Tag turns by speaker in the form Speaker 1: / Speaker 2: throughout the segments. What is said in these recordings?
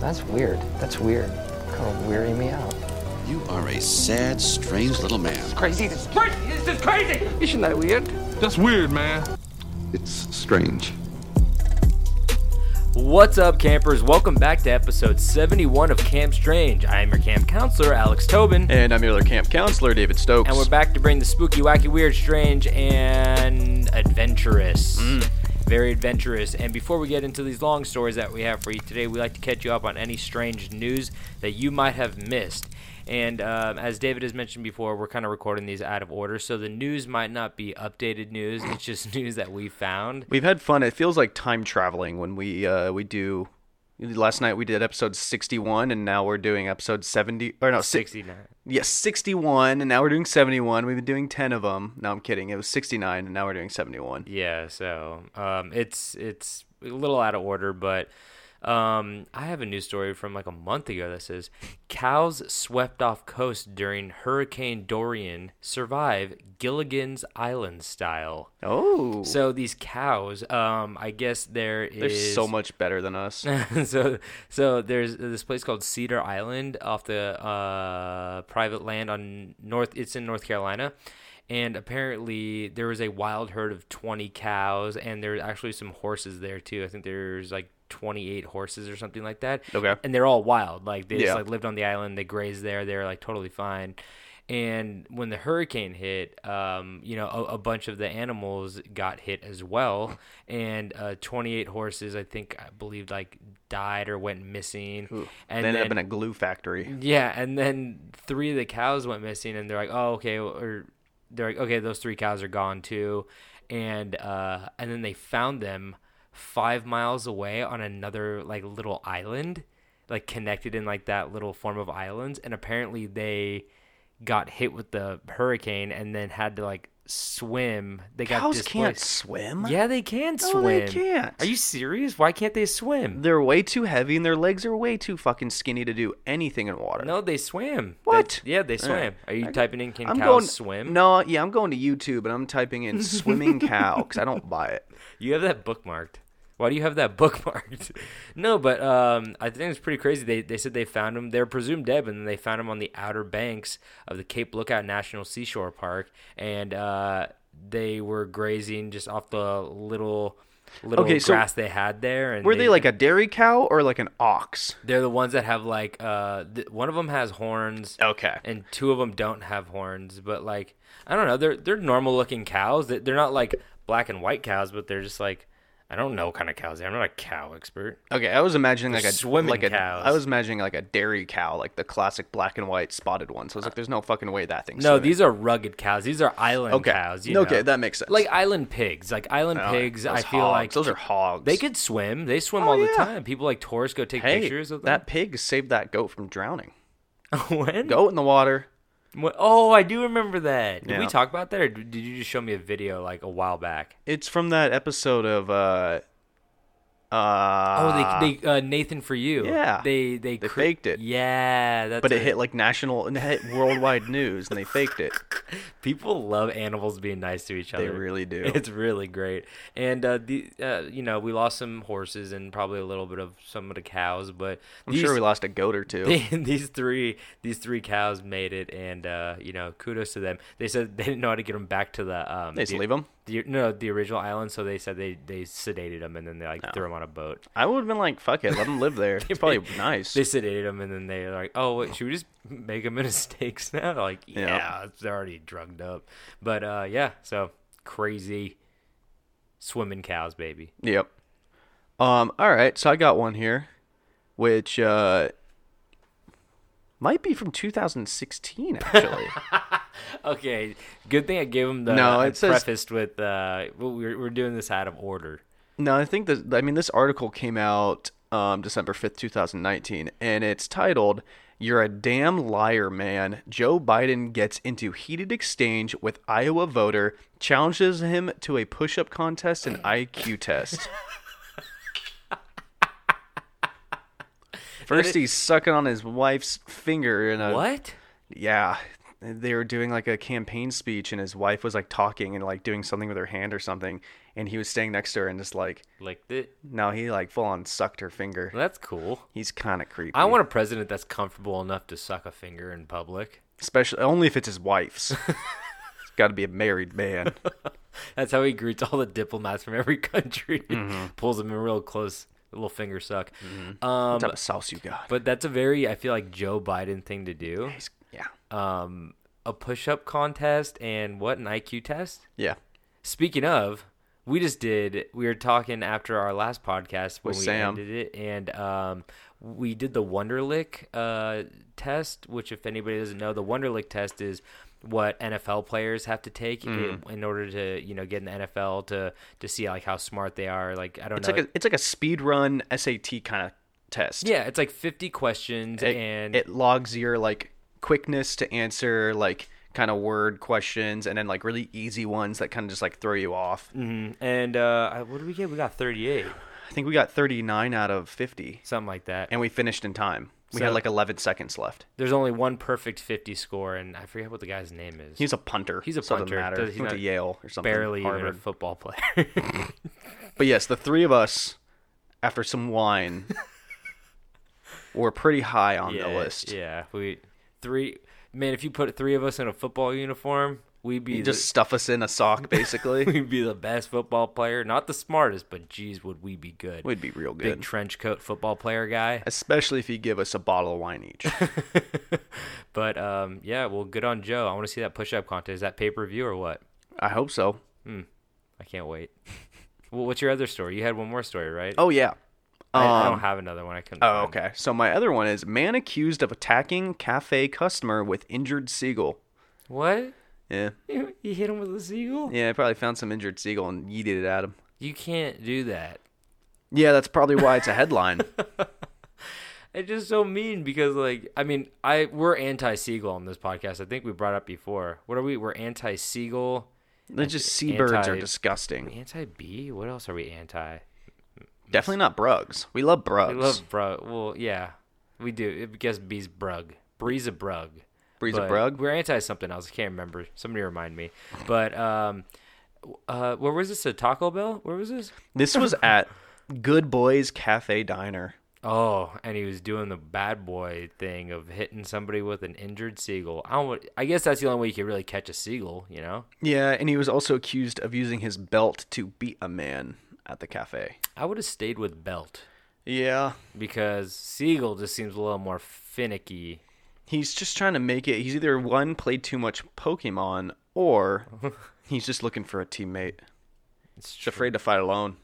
Speaker 1: That's weird. That's weird. Kind of weary me out.
Speaker 2: You are a sad, strange little man.
Speaker 3: crazy. This is crazy. This is crazy. Isn't that weird?
Speaker 4: That's weird, man.
Speaker 5: It's strange.
Speaker 6: What's up, campers? Welcome back to episode 71 of Camp Strange. I am your camp counselor, Alex Tobin,
Speaker 7: And I'm your other camp counselor, David Stokes.
Speaker 6: and we're back to bring the spooky, wacky, weird, strange, and adventurous.
Speaker 7: Mm.
Speaker 6: Very adventurous. And before we get into these long stories that we have for you today, we like to catch you up on any strange news that you might have missed. And um, as David has mentioned before, we're kind of recording these out of order, so the news might not be updated news. It's just news that we found.
Speaker 7: We've had fun. It feels like time traveling when we uh, we do. Last night we did episode 61, and now we're doing episode 70 or no six.
Speaker 6: 69.
Speaker 7: Yes, 61, and now we're doing 71. We've been doing 10 of them. No, I'm kidding. It was 69, and now we're doing 71.
Speaker 6: Yeah, so um, it's it's a little out of order, but um, I have a news story from like a month ago that says cows swept off coast during Hurricane Dorian survive Gilligan's Island style.
Speaker 7: Oh,
Speaker 6: So these cows, um, I guess there
Speaker 7: they're
Speaker 6: is
Speaker 7: so much better than us.
Speaker 6: so so there's this place called Cedar Island off the uh, private land on North. It's in North Carolina, and apparently there was a wild herd of 20 cows, and there's actually some horses there too. I think there's like 28 horses or something like that.
Speaker 7: Okay.
Speaker 6: and they're all wild. Like they just
Speaker 7: Yeah.
Speaker 6: like lived on the island. They grazed there. They're like totally fine. And when the hurricane hit, um, you know, a, a bunch of the animals got hit as well. And uh, 28 horses, I think, I believe, like died or went missing.
Speaker 7: And
Speaker 6: and
Speaker 7: they ended up in a glue factory.
Speaker 6: yeah, and then three of the cows went missing, and they're like, "Oh, okay," or they're like, "Okay, those three cows are gone too," and uh, and then they found them five miles away on another like little island, like connected in like that little form of islands, and apparently they got hit with the hurricane and then had to like swim. They got
Speaker 7: Cows can't
Speaker 6: displaced.
Speaker 7: swim.
Speaker 6: Yeah, they can swim.
Speaker 7: No, they can't.
Speaker 6: Are you serious? Why can't they swim?
Speaker 7: They're way too heavy, and their legs are way too fucking skinny to do anything in water.
Speaker 6: No, they swam. They-
Speaker 7: What?
Speaker 6: yeah, they swam. Are you typing in can cows
Speaker 7: going,
Speaker 6: swim?
Speaker 7: No, yeah, I'm going to YouTube and I'm typing in swimming cow because I don't buy it.
Speaker 6: You have that bookmarked. Why do you have that bookmarked? no, but um, I think it's pretty crazy. They, they said they found them. They're presumed dead, but then they found them on the outer banks of the Cape Lookout National Seashore Park, and uh, they were grazing just off the little little
Speaker 7: Okay, so
Speaker 6: grass they had there. And
Speaker 7: Were they like a dairy cow or like an ox?
Speaker 6: They're the ones that have like uh, th- one of them has horns.
Speaker 7: Okay.
Speaker 6: and two of them don't have horns. But like, I don't know. They're they're normal looking cows. They- They're not like black and white cows, but they're just like I don't know what kind of cows. They. are. I'm not a cow expert.
Speaker 7: Okay, I was imagining like
Speaker 6: They're
Speaker 7: a
Speaker 6: swimming
Speaker 7: like a-
Speaker 6: cows.
Speaker 7: I was imagining like a dairy cow, like the classic black and white spotted one. So I was like, "There's no fucking way that thing's
Speaker 6: No,
Speaker 7: swimming.
Speaker 6: these are rugged cows. These are island
Speaker 7: Okay.
Speaker 6: cows. You
Speaker 7: Okay,
Speaker 6: know?
Speaker 7: that makes sense.
Speaker 6: Like island pigs. Like island
Speaker 7: Oh,
Speaker 6: pigs.
Speaker 7: those
Speaker 6: I feel
Speaker 7: hogs.
Speaker 6: like
Speaker 7: those are hogs.
Speaker 6: They could swim. They swim
Speaker 7: Oh,
Speaker 6: all the
Speaker 7: yeah.
Speaker 6: time. People like tourists go take
Speaker 7: hey,
Speaker 6: pictures of them.
Speaker 7: that pig saved that goat from drowning.
Speaker 6: when?
Speaker 7: Goat in the water.
Speaker 6: When- Oh, I do remember that. Did we
Speaker 7: Yeah.
Speaker 6: talk about that, or did you just show me a video like a while back?
Speaker 7: It's from that episode of uh, uh
Speaker 6: Oh, they, they uh, Nathan for you.
Speaker 7: yeah.
Speaker 6: they they,
Speaker 7: They faked it.
Speaker 6: Yeah, that's
Speaker 7: but it
Speaker 6: it.
Speaker 7: hit like national and it hit worldwide news, and they faked it.
Speaker 6: People love animals being nice to each other.
Speaker 7: They really do.
Speaker 6: It's really great. And uh, the uh, you know we lost some horses and probably a little bit of some of the cows, but
Speaker 7: I'm sure we lost a goat or two.
Speaker 6: these three these three cows made it, and uh, you know kudos to them. They said they didn't know how to get them back to the um.
Speaker 7: They just
Speaker 6: the-
Speaker 7: leave 'em?
Speaker 6: The, no, the original island. So they said they they sedated them and then they
Speaker 7: Oh.
Speaker 6: like threw them on a boat.
Speaker 7: I would have been like, fuck it, let them live there. It's probably nice.
Speaker 6: They sedated them, and then they're like, "Oh, wait, should we just make them into steaks now?" Like, yeah,
Speaker 7: Yeah.
Speaker 6: they're already drugged up. But uh, yeah, so crazy swimming cows, baby.
Speaker 7: Yep. Um. All right. So I got one here, which uh, might be from 2016 actually.
Speaker 6: Okay, good thing I gave them the
Speaker 7: No,
Speaker 6: I
Speaker 7: it says-
Speaker 6: prefaced with uh, well, we're we're doing this out of order.
Speaker 7: no, I think this. I mean, this article came out um December 5th, 2019, and it's titled. You're a damn liar, man. Joe Biden gets into heated exchange with Iowa voter, challenges him to a push up contest and IQ test. First, he's sucking on his wife's finger in a
Speaker 6: What?
Speaker 7: yeah they were doing like a campaign speech and his wife was like talking and like doing something with her hand or something and he was staying next to her and just like
Speaker 6: Like th-
Speaker 7: no, he like full on sucked her finger.
Speaker 6: that's cool.
Speaker 7: He's kind of creepy.
Speaker 6: I want a president that's comfortable enough to suck a finger in public.
Speaker 7: especially only if it's his wife's. it's got to be a married man.
Speaker 6: That's how he greets all the diplomats from every country.
Speaker 7: Mm-hmm.
Speaker 6: Pulls them in real close, little finger suck. Um,
Speaker 7: What type of sauce you got?
Speaker 6: but that's a very, I feel like Joe Biden thing to do.
Speaker 7: He's- yeah,
Speaker 6: Um, a push-up contest and what an IQ test.
Speaker 7: yeah.
Speaker 6: Speaking of, we just did. We were talking after our last podcast when
Speaker 7: With
Speaker 6: we
Speaker 7: Sam.
Speaker 6: ended it, and um, we did the Wonderlick uh, test. Which, if anybody doesn't know, the Wonderlick test is what NFL players have to take
Speaker 7: Hmm.
Speaker 6: in, in order to you know get in the NFL to to see like how smart they are. Like I don't
Speaker 7: It's
Speaker 6: know.
Speaker 7: like a it's like a speed run SAT kind of test.
Speaker 6: yeah, it's like fifty questions,
Speaker 7: it,
Speaker 6: and
Speaker 7: it logs your like quickness to answer like kind of word questions and then like really easy ones that kind of just like throw you off.
Speaker 6: Mm. and uh, I- what did we get? We got thirty eight,
Speaker 7: I think we got 39 out of 50
Speaker 6: something like that.
Speaker 7: and we finished in time. We
Speaker 6: So-
Speaker 7: had like 11 seconds left.
Speaker 6: There's only one perfect fifty score, and I forget what the guy's name is.
Speaker 7: He's a punter.
Speaker 6: He's a
Speaker 7: so it doesn't
Speaker 6: punter.
Speaker 7: matter.
Speaker 6: Does- he's
Speaker 7: he went to
Speaker 6: not
Speaker 7: Yale or something.
Speaker 6: barely even a
Speaker 7: Harvard.
Speaker 6: football player.
Speaker 7: But yes, the three of us after some wine were pretty high on the list.
Speaker 6: Yeah, we three man. If you put three of us in a football uniform, we'd be
Speaker 7: You
Speaker 6: the,
Speaker 7: just stuff us in a sock basically.
Speaker 6: we'd be the best football player. Not the smartest, but geez, would we be good?
Speaker 7: We'd be real
Speaker 6: big
Speaker 7: good.
Speaker 6: trench coat football player guy.
Speaker 7: Especially if you give us a bottle of wine each.
Speaker 6: But um, yeah, well, good on Joe. I want to see that push up contest. Is that pay per view or what?
Speaker 7: I hope so.
Speaker 6: I can't wait. well, what's your other story? You had one more story, right?
Speaker 7: Oh yeah. Um,
Speaker 6: I, I don't have another one. I couldn't.
Speaker 7: Oh,
Speaker 6: find.
Speaker 7: okay. So my other one is man accused of attacking cafe customer with injured seagull.
Speaker 6: What?
Speaker 7: Yeah.
Speaker 6: You, you hit him with a seagull?
Speaker 7: Yeah, I probably found some injured seagull and yeeted it at him.
Speaker 6: You can't do that.
Speaker 7: Yeah, that's probably why it's a headline.
Speaker 6: It's just so mean because like I mean I we're anti seagull on this podcast. I think we brought up before. What are we? We're anti seagull,
Speaker 7: They're just seabirds are
Speaker 6: Anti-
Speaker 7: disgusting.
Speaker 6: anti bee. What else are we anti?
Speaker 7: Definitely not brugs. We love brugs.
Speaker 6: We love brug. Well, yeah, we do. I guess bees brug. Bree's a brug.
Speaker 7: Bree's a
Speaker 6: But
Speaker 7: brug?
Speaker 6: We're anti something else. I can't remember. Somebody remind me. But um, uh, where was this? A Taco Bell? Where was this?
Speaker 7: This was at Good Boys Cafe Diner.
Speaker 6: Oh, and he was doing the bad boy thing of hitting somebody with an injured seagull. I don't. I guess that's the only way you could really catch a seagull. You know.
Speaker 7: Yeah, and he was also accused of using his belt to beat a man at the cafe.
Speaker 6: I would have stayed with Belt
Speaker 7: Yeah.
Speaker 6: because Siegel just seems a little more finicky.
Speaker 7: He's just trying to make it. He's either one played too much Pokemon or he's just looking for a teammate.
Speaker 6: It's
Speaker 7: He's afraid to fight alone.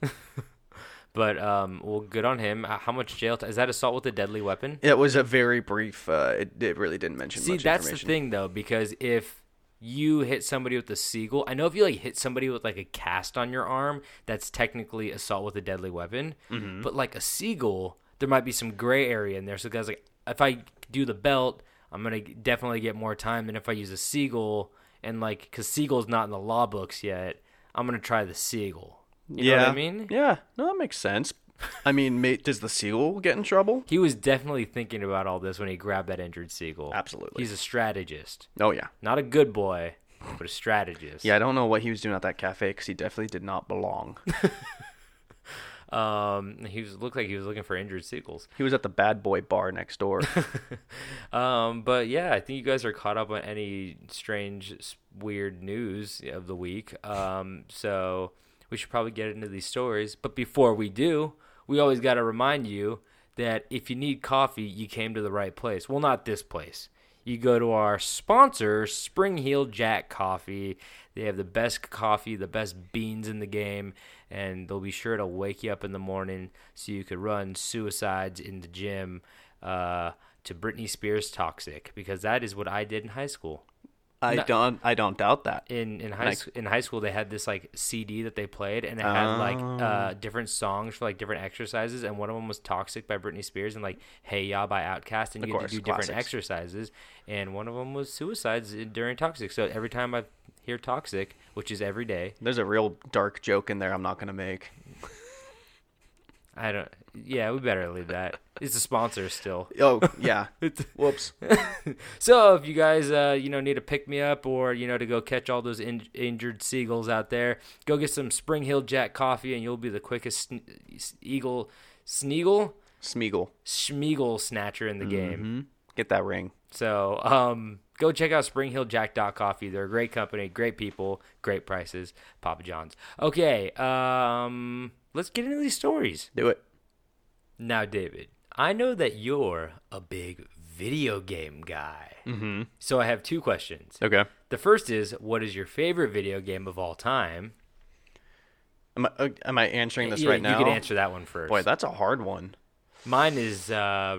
Speaker 6: But um, well, good on him. Uh, How much jail? T- is that assault with a deadly weapon?
Speaker 7: it was a very brief. Uh, it, it really didn't mention.
Speaker 6: See,
Speaker 7: much
Speaker 6: that's the
Speaker 7: information.
Speaker 6: thing though, because if you hit somebody with a seagull, I know if you like hit somebody with like a cast on your arm, that's technically assault with a deadly weapon.
Speaker 7: Mm-hmm.
Speaker 6: But like a seagull, there might be some gray area in there. So guys, like if I do the belt, I'm gonna definitely get more time than if I use a seagull. And like, because seagull's not in the law books yet, I'm gonna try the seagull. You know what I mean?
Speaker 7: yeah, no, that makes sense. I mean, mate, does the seagull get in trouble?
Speaker 6: He was definitely thinking about all this when he grabbed that injured seagull.
Speaker 7: Absolutely.
Speaker 6: He's a strategist.
Speaker 7: Oh yeah,
Speaker 6: Not a good boy, but a strategist.
Speaker 7: yeah. I don't know what he was doing at that cafe because he definitely did not belong.
Speaker 6: Um, he was looked like he was looking for injured seagulls.
Speaker 7: he was at the bad boy bar next door.
Speaker 6: Um, but yeah, I think you guys are caught up on any strange, s- weird news of the week. Um, so we should probably get into these stories. But before we do, we always got to remind you that if you need coffee, you came to the right place. Well, not this place. You go to our sponsor, Spring Heel Jack Coffee. They have the best coffee, the best beans in the game, and they'll be sure to wake you up in the morning so you could run suicides in the gym. Uh, to Britney Spears "Toxic" because that is what I did in high school.
Speaker 7: I don't. I don't doubt that.
Speaker 6: In in high sc- in high school, they had this like CD that they played, and it had like
Speaker 7: Oh.
Speaker 6: uh, different songs for like different exercises, and one of them was "Toxic" by Britney Spears, and like "Hey Ya" by Outkast, and you had
Speaker 7: course,
Speaker 6: to do different
Speaker 7: classics.
Speaker 6: exercises, and one of them was suicides during "Toxic." So every time I hear "Toxic," which is every day,
Speaker 7: There's a real dark joke in there. I'm not gonna make.
Speaker 6: I don't. Yeah, we better leave that. It's a sponsor still.
Speaker 7: Oh yeah. Whoops.
Speaker 6: So if you guys, uh, you know, need a pick me up or you know to go catch all those in- injured seagulls out there, go get some Spring Hill Jack coffee, and you'll be the quickest sn- eagle, sneagle,
Speaker 7: Smeagol,
Speaker 6: schmeagle snatcher in the game.
Speaker 7: get that ring.
Speaker 6: So um, go check out springhilljack.coffee. They're a great company, great people, great prices. Papa John's. Okay, um, let's get into these stories.
Speaker 7: Do it.
Speaker 6: Now, David, I know that you're a big video game guy. Mm-hmm. So I have two questions.
Speaker 7: Okay.
Speaker 6: The first is, what is your favorite video game of all time?
Speaker 7: Am I, uh, am I answering this
Speaker 6: Yeah,
Speaker 7: right now?
Speaker 6: You can answer that one first.
Speaker 7: Boy, that's a hard one.
Speaker 6: Mine is uh,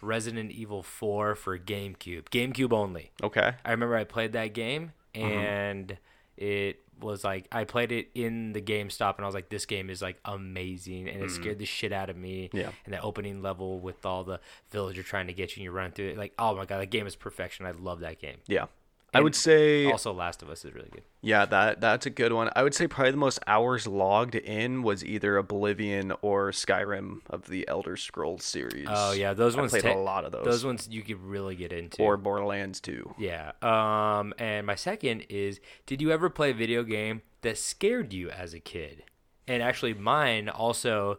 Speaker 6: Resident Evil 4 for GameCube. GameCube only.
Speaker 7: Okay.
Speaker 6: I remember I played that game and it was like I played it in the GameStop and I was like, this game is like amazing and it scared the shit out of me.
Speaker 7: Yeah.
Speaker 6: And that opening level with all the villager trying to get you and you run through it, like, oh my god, that game is perfection. I love that game.
Speaker 7: Yeah. I would say
Speaker 6: Also Last of Us is really good.
Speaker 7: yeah, that that's a good one. I would say probably the most hours logged in was either Oblivion or Skyrim of the Elder Scrolls series.
Speaker 6: Oh yeah, those
Speaker 7: I
Speaker 6: ones
Speaker 7: played
Speaker 6: ta-
Speaker 7: a lot of those.
Speaker 6: Those ones you could really get into.
Speaker 7: or Borderlands 2.
Speaker 6: yeah. Um and my second is did you ever play a video game that scared you as a kid? And actually mine also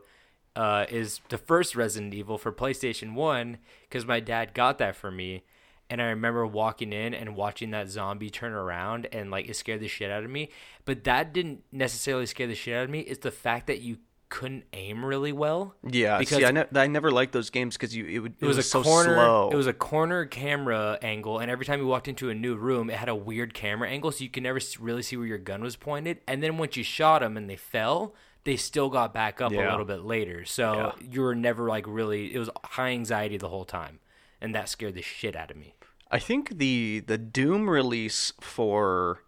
Speaker 6: uh, is the first Resident Evil for PlayStation 1 cuz my dad got that for me and I remember walking in and watching that zombie turn around and like it scared the shit out of me, but that didn't necessarily scare the shit out of me. It's the fact that you couldn't aim really well.
Speaker 7: Yeah,
Speaker 6: because
Speaker 7: see, I, ne- I never liked those games because you it, would, it,
Speaker 6: it was, a
Speaker 7: so
Speaker 6: corner
Speaker 7: slow.
Speaker 6: it was a corner camera angle and every time you walked into a new room it had a weird camera angle so you could never s- really see where your gun was pointed and then once you shot them and they fell they still got back up a
Speaker 7: Yeah.
Speaker 6: little bit later so you were never like really it was high anxiety the whole time and that scared the shit out of me
Speaker 7: I think the the Doom release for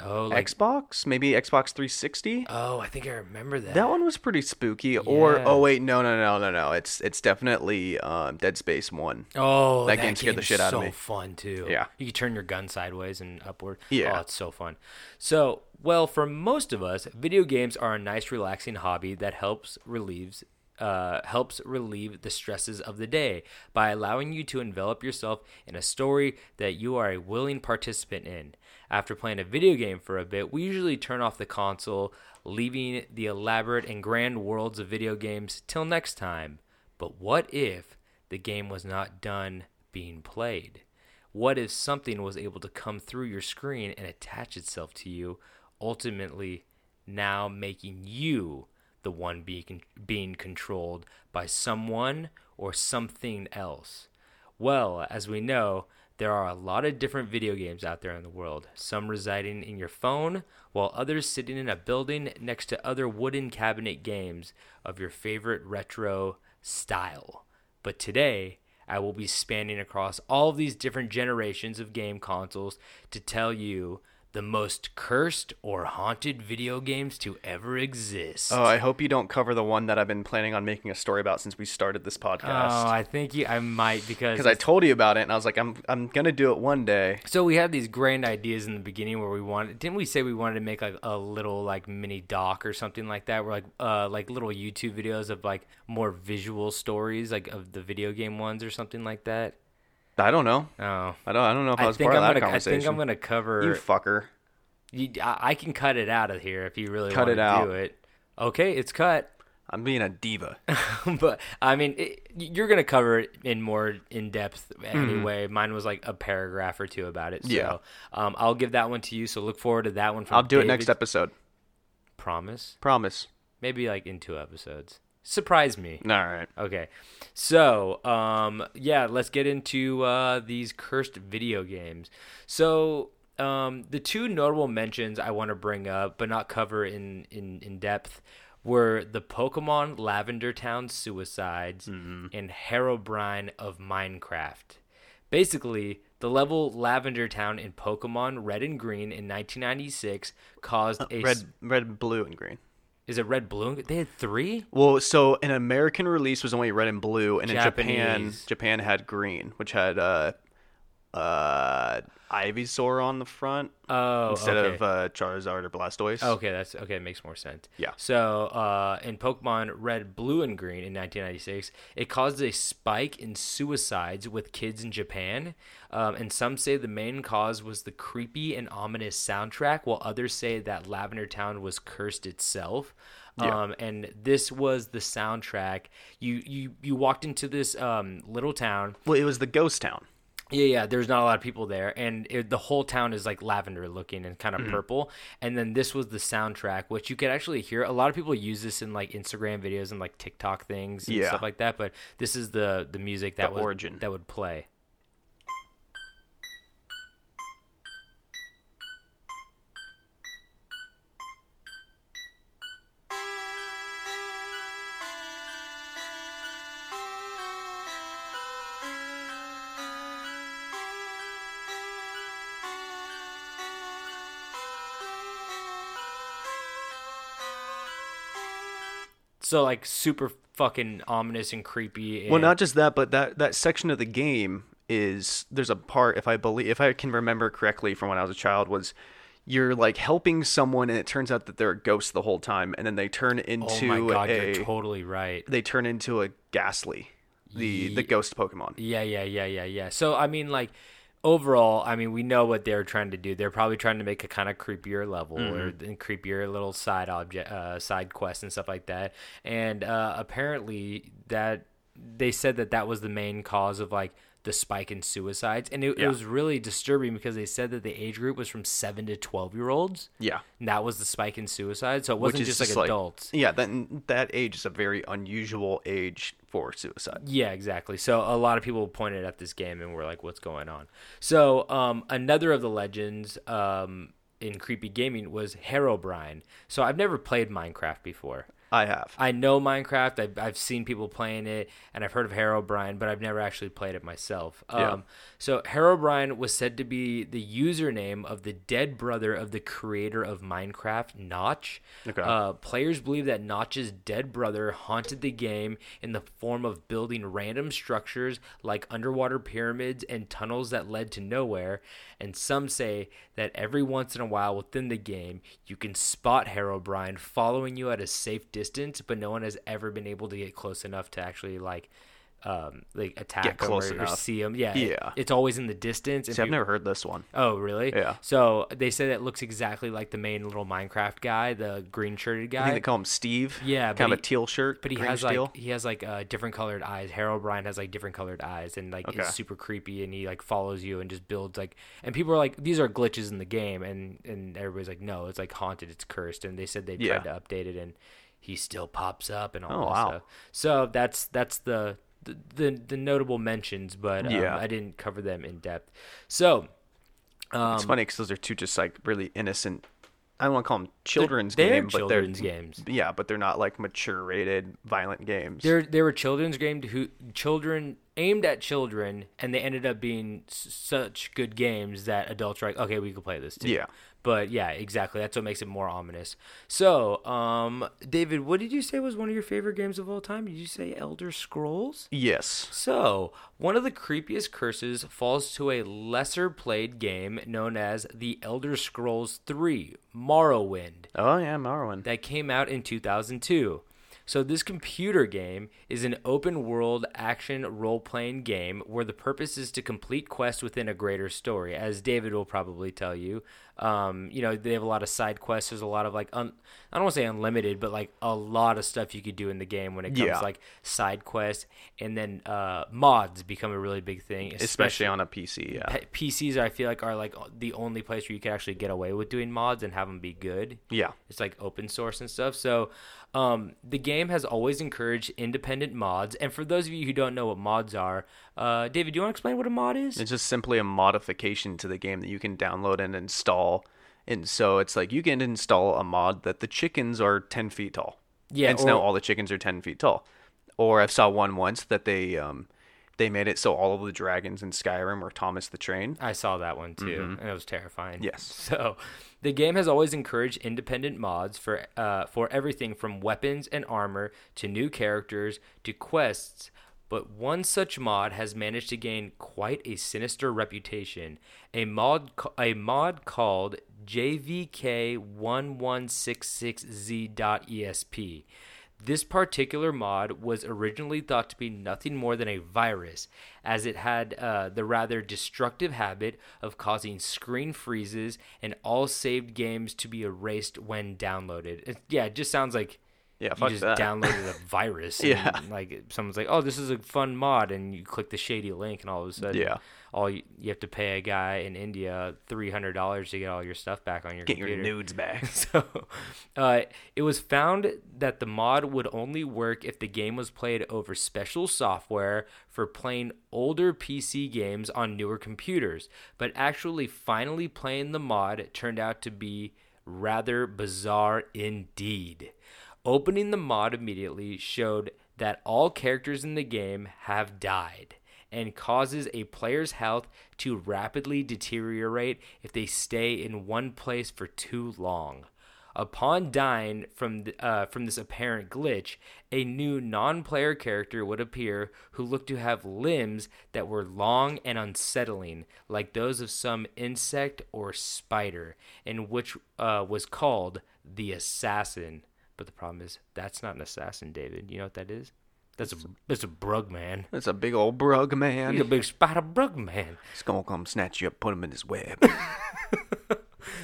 Speaker 6: oh like
Speaker 7: Xbox, maybe Xbox 360.
Speaker 6: oh i think i remember that,
Speaker 7: That one was pretty spooky. Or
Speaker 6: Yeah.
Speaker 7: oh wait, no no no no no. It's it's definitely um, Dead Space one.
Speaker 6: Oh,
Speaker 7: That game scared the
Speaker 6: game's
Speaker 7: shit out of me.
Speaker 6: So fun too.
Speaker 7: Yeah.
Speaker 6: you could turn your gun sideways and upward.
Speaker 7: Yeah.
Speaker 6: oh, it's so fun. So, well, for most of us, video games are a nice, relaxing hobby that helps relieves uh, helps relieve the stresses of the day by allowing you to envelop yourself in a story that you are a willing participant in. After playing a video game for a bit, we usually turn off the console, leaving the elaborate and grand worlds of video games till next time. But what if the game was not done being played? What if something was able to come through your screen and attach itself to you, ultimately now making you the one being, being controlled by someone or something else? Well, as we know, there are a lot of different video games out there in the world, some residing in your phone, while others sitting in a building next to other wooden cabinet games of your favorite retro style. But today, I will be spanning across all of these different generations of game consoles to tell you the most cursed or haunted video games to ever exist.
Speaker 7: Oh, I hope you don't cover the one that I've been planning on making a story about since we started this
Speaker 6: Oh,
Speaker 7: podcast.
Speaker 6: I think you, I might because
Speaker 7: Because I told you about it, and I was like, I'm I'm gonna do it one day.
Speaker 6: So we had these grand ideas in the beginning where we wanted didn't we say we wanted to make like a little like mini doc or something like that where like uh like little YouTube videos of like more visual stories like of the video game ones or something like that.
Speaker 7: I don't know.
Speaker 6: Oh.
Speaker 7: I don't I don't know if I,
Speaker 6: I
Speaker 7: was
Speaker 6: think
Speaker 7: part
Speaker 6: I'm
Speaker 7: of that
Speaker 6: gonna I
Speaker 7: conversation.
Speaker 6: think I'm gonna cover
Speaker 7: You fucker.
Speaker 6: you, I, I can cut it out of here if you really
Speaker 7: Cut
Speaker 6: want
Speaker 7: it
Speaker 6: to
Speaker 7: out.
Speaker 6: do it. Okay, it's cut.
Speaker 7: I'm being a diva.
Speaker 6: but I mean, it, you're gonna cover it in more in depth anyway. Mine was like a paragraph or two about it. So,
Speaker 7: Hmm. Yeah.
Speaker 6: um, I'll give that one to you. So look forward to that one. From
Speaker 7: I'll do it next
Speaker 6: David.
Speaker 7: episode.
Speaker 6: Promise.
Speaker 7: Promise.
Speaker 6: Maybe like in two episodes. Surprise me.
Speaker 7: All right.
Speaker 6: Okay. So, um, yeah, let's get into uh, these cursed video games. So, um, the two notable mentions I want to bring up, but not cover in, in, in depth, were the Pokemon Lavender Town suicides
Speaker 7: Mm-hmm.
Speaker 6: and Harrowbrine of Minecraft. Basically, the level Lavender Town in Pokemon Red and Green in 1996 caused a.
Speaker 7: Uh, Red,
Speaker 6: s-
Speaker 7: red, blue, and green.
Speaker 6: Is it red, blue? and- They had three?
Speaker 7: Well, so an American release was only red and blue, and in Japan,
Speaker 6: Japanese.
Speaker 7: Japan had green, which had uh, uh, Ivysaur on the front
Speaker 6: Oh,
Speaker 7: instead
Speaker 6: okay.
Speaker 7: of uh, Charizard or Blastoise.
Speaker 6: Oh, Okay, that's okay. It makes more sense.
Speaker 7: Yeah.
Speaker 6: So, uh, in Pokemon Red, Blue, and Green in 1996, it caused a spike in suicides with kids in Japan. Um, and some say the main cause was the creepy and ominous soundtrack, while others say that Lavender Town was cursed itself. Um, and this was the soundtrack. You you you walked into this um, little town.
Speaker 7: Well, it was the Ghost Town.
Speaker 6: Yeah, yeah. There's not a lot of people there, and it, the whole town is like lavender looking and kind of
Speaker 7: Mm-hmm.
Speaker 6: purple. And then this was the soundtrack, which you could actually hear. A lot of people use this in like Instagram videos and like TikTok things and
Speaker 7: Yeah.
Speaker 6: stuff like that. But this is the the music that
Speaker 7: The
Speaker 6: was
Speaker 7: origin.
Speaker 6: that would play. So like super fucking ominous and creepy. And,
Speaker 7: Well, not just that, but that that section of the game is there's a part if I believe if I can remember correctly from when I was a child was you're like helping someone and it turns out that they're a ghost the whole time and then they turn
Speaker 6: Oh
Speaker 7: into
Speaker 6: my god,
Speaker 7: a
Speaker 6: you're totally right.
Speaker 7: they turn into a ghastly the the ghost Pokemon.
Speaker 6: Yeah, yeah, yeah, yeah, yeah. So I mean, like overall, I mean, we know what they're trying to do. They're probably trying to make a kind of creepier level or th- creepier little side object, uh, side quests and stuff like that. And uh, apparently, that they said that that was the main cause of like the spike in suicides, and it, it was really disturbing because they said that the age group was from seven to twelve year olds.
Speaker 7: Yeah.
Speaker 6: and that was the spike in suicide. So it wasn't just, like adults.
Speaker 7: Yeah, that that age is a very unusual age for suicide.
Speaker 6: Yeah, exactly. So a lot of people pointed at this game and were like, "What's going on?" So um, another of the legends um, in creepy gaming was Herobrine. So I've never played Minecraft before.
Speaker 7: I have.
Speaker 6: I know Minecraft. I've, I've seen people playing it, and I've heard of Herobrine, but I've never actually played it myself.
Speaker 7: Yeah.
Speaker 6: Um, so Herobrine was said to be the username of the dead brother of the creator of Minecraft, Notch.
Speaker 7: Okay.
Speaker 6: Uh, players believe that Notch's dead brother haunted the game in the form of building random structures like underwater pyramids and tunnels that led to nowhere. And some say that every once in a while within the game, you can spot Herobrine following you at a safe distance, but no one has ever been able to get close enough to actually like. Um, like attack him
Speaker 7: close
Speaker 6: or, or
Speaker 7: enough.
Speaker 6: see him. Yeah, it-
Speaker 7: Yeah.
Speaker 6: it's always in the distance. and
Speaker 7: See, I've
Speaker 6: peop-
Speaker 7: never heard this one.
Speaker 6: Oh, really?
Speaker 7: Yeah.
Speaker 6: So they say that looks exactly like the main little Minecraft guy, the green shirted guy.
Speaker 7: I think they call him Steve.
Speaker 6: Yeah,
Speaker 7: kind
Speaker 6: but
Speaker 7: of a
Speaker 6: he-
Speaker 7: teal shirt,
Speaker 6: but he
Speaker 7: greenish
Speaker 6: has like
Speaker 7: teal.
Speaker 6: he has like uh, different colored eyes. Harold Bryan has like different colored eyes, and like
Speaker 7: Okay.
Speaker 6: is super creepy. And he like follows you and just builds like. And people are like, these are glitches in the game, and and everybody's like, no, it's like haunted, it's cursed. And they said they
Speaker 7: Yeah.
Speaker 6: tried to update it, and he still pops up and all
Speaker 7: Oh,
Speaker 6: that
Speaker 7: wow.
Speaker 6: stuff. So that's that's the the the, the notable mentions, but um,
Speaker 7: Yeah.
Speaker 6: I didn't cover them in depth. So. um,
Speaker 7: it's funny because those are two just like really innocent. I don't want to call them children's
Speaker 6: they're
Speaker 7: games, but they're
Speaker 6: children's games.
Speaker 7: Yeah, but they're not like mature rated violent games.
Speaker 6: There, there were children's games who children aimed at children, and they ended up being s- such good games that adults were like, okay, we could play this too.
Speaker 7: Yeah.
Speaker 6: But yeah, exactly. That's what makes it more ominous. So, um, David, what did you say was one of your favorite games of all time? Did you say Elder Scrolls?
Speaker 7: yes.
Speaker 6: So, one of the creepiest curses falls to a lesser played game known as The Elder Scrolls 3 Morrowind
Speaker 7: Oh yeah, Morrowind.
Speaker 6: that came out in 2002. So, this computer game is an open world action role playing game where the purpose is to complete quests within a greater story, as David will probably tell you. Um, you know, they have a lot of side quests. There's a lot of like, un- I don't want to say unlimited, but like a lot of stuff you could do in the game when it comes
Speaker 7: Yeah.
Speaker 6: like side quests. And then uh, mods become a really big thing,
Speaker 7: especially on a PC. Yeah.
Speaker 6: P- PCs I feel like are like the only place where you can actually get away with doing mods and have them be good.
Speaker 7: Yeah.
Speaker 6: It's like open source and stuff. So, um, the game has always encouraged independent mods. And for those of you who don't know what mods are, uh, David, do you want to explain what a mod is?
Speaker 7: It's just simply a modification to the game that you can download and install. And so it's like you can install a mod that the chickens are 10 feet tall.
Speaker 6: Yeah,
Speaker 7: And so now
Speaker 6: or-
Speaker 7: all the chickens are 10 feet tall. Or I saw one once that they um, they made it so all of the dragons in Skyrim were Thomas the Train.
Speaker 6: I saw that one too, and it was terrifying.
Speaker 7: Yes.
Speaker 6: So, the game has always encouraged independent mods for uh, for everything from weapons and armor to new characters to quests. But one such mod has managed to gain quite a sinister reputation. A mod, ca- a mod called E JVK1166Z.ESP. This particular mod was originally thought to be nothing more than a virus, as it had uh, the rather destructive habit of causing screen freezes and all saved games to be erased when downloaded. It- yeah, it just sounds like
Speaker 7: Yeah,
Speaker 6: you
Speaker 7: fuck
Speaker 6: just
Speaker 7: that.
Speaker 6: downloaded a virus.
Speaker 7: Yeah.
Speaker 6: and, like someone's like, "Oh, this is a fun mod," and you click the shady link, and all of a sudden,
Speaker 7: Yeah.
Speaker 6: all you, you have to pay a guy in India three hundred dollars to get all your stuff back on your
Speaker 7: Get your
Speaker 6: computer.
Speaker 7: nudes back.
Speaker 6: So, uh, it was found that the mod would only work if the game was played over special software for playing older PC games on newer computers. But actually, finally playing the mod turned out to be rather bizarre indeed. Opening the mod immediately showed that all characters in the game have died and causes a player's health to rapidly deteriorate if they stay in one place for too long. Upon dying from th- uh, from this apparent glitch, a new non-player character would appear who looked to have limbs that were long and unsettling, like those of some insect or spider, and which uh, was called the assassin. But the problem is, that's not an assassin, David. You know what that is? That's a that's a brug man.
Speaker 7: That's a big old brug, man.
Speaker 6: He's a big spider brug man.
Speaker 7: He's gonna come snatch you up, put him in his web.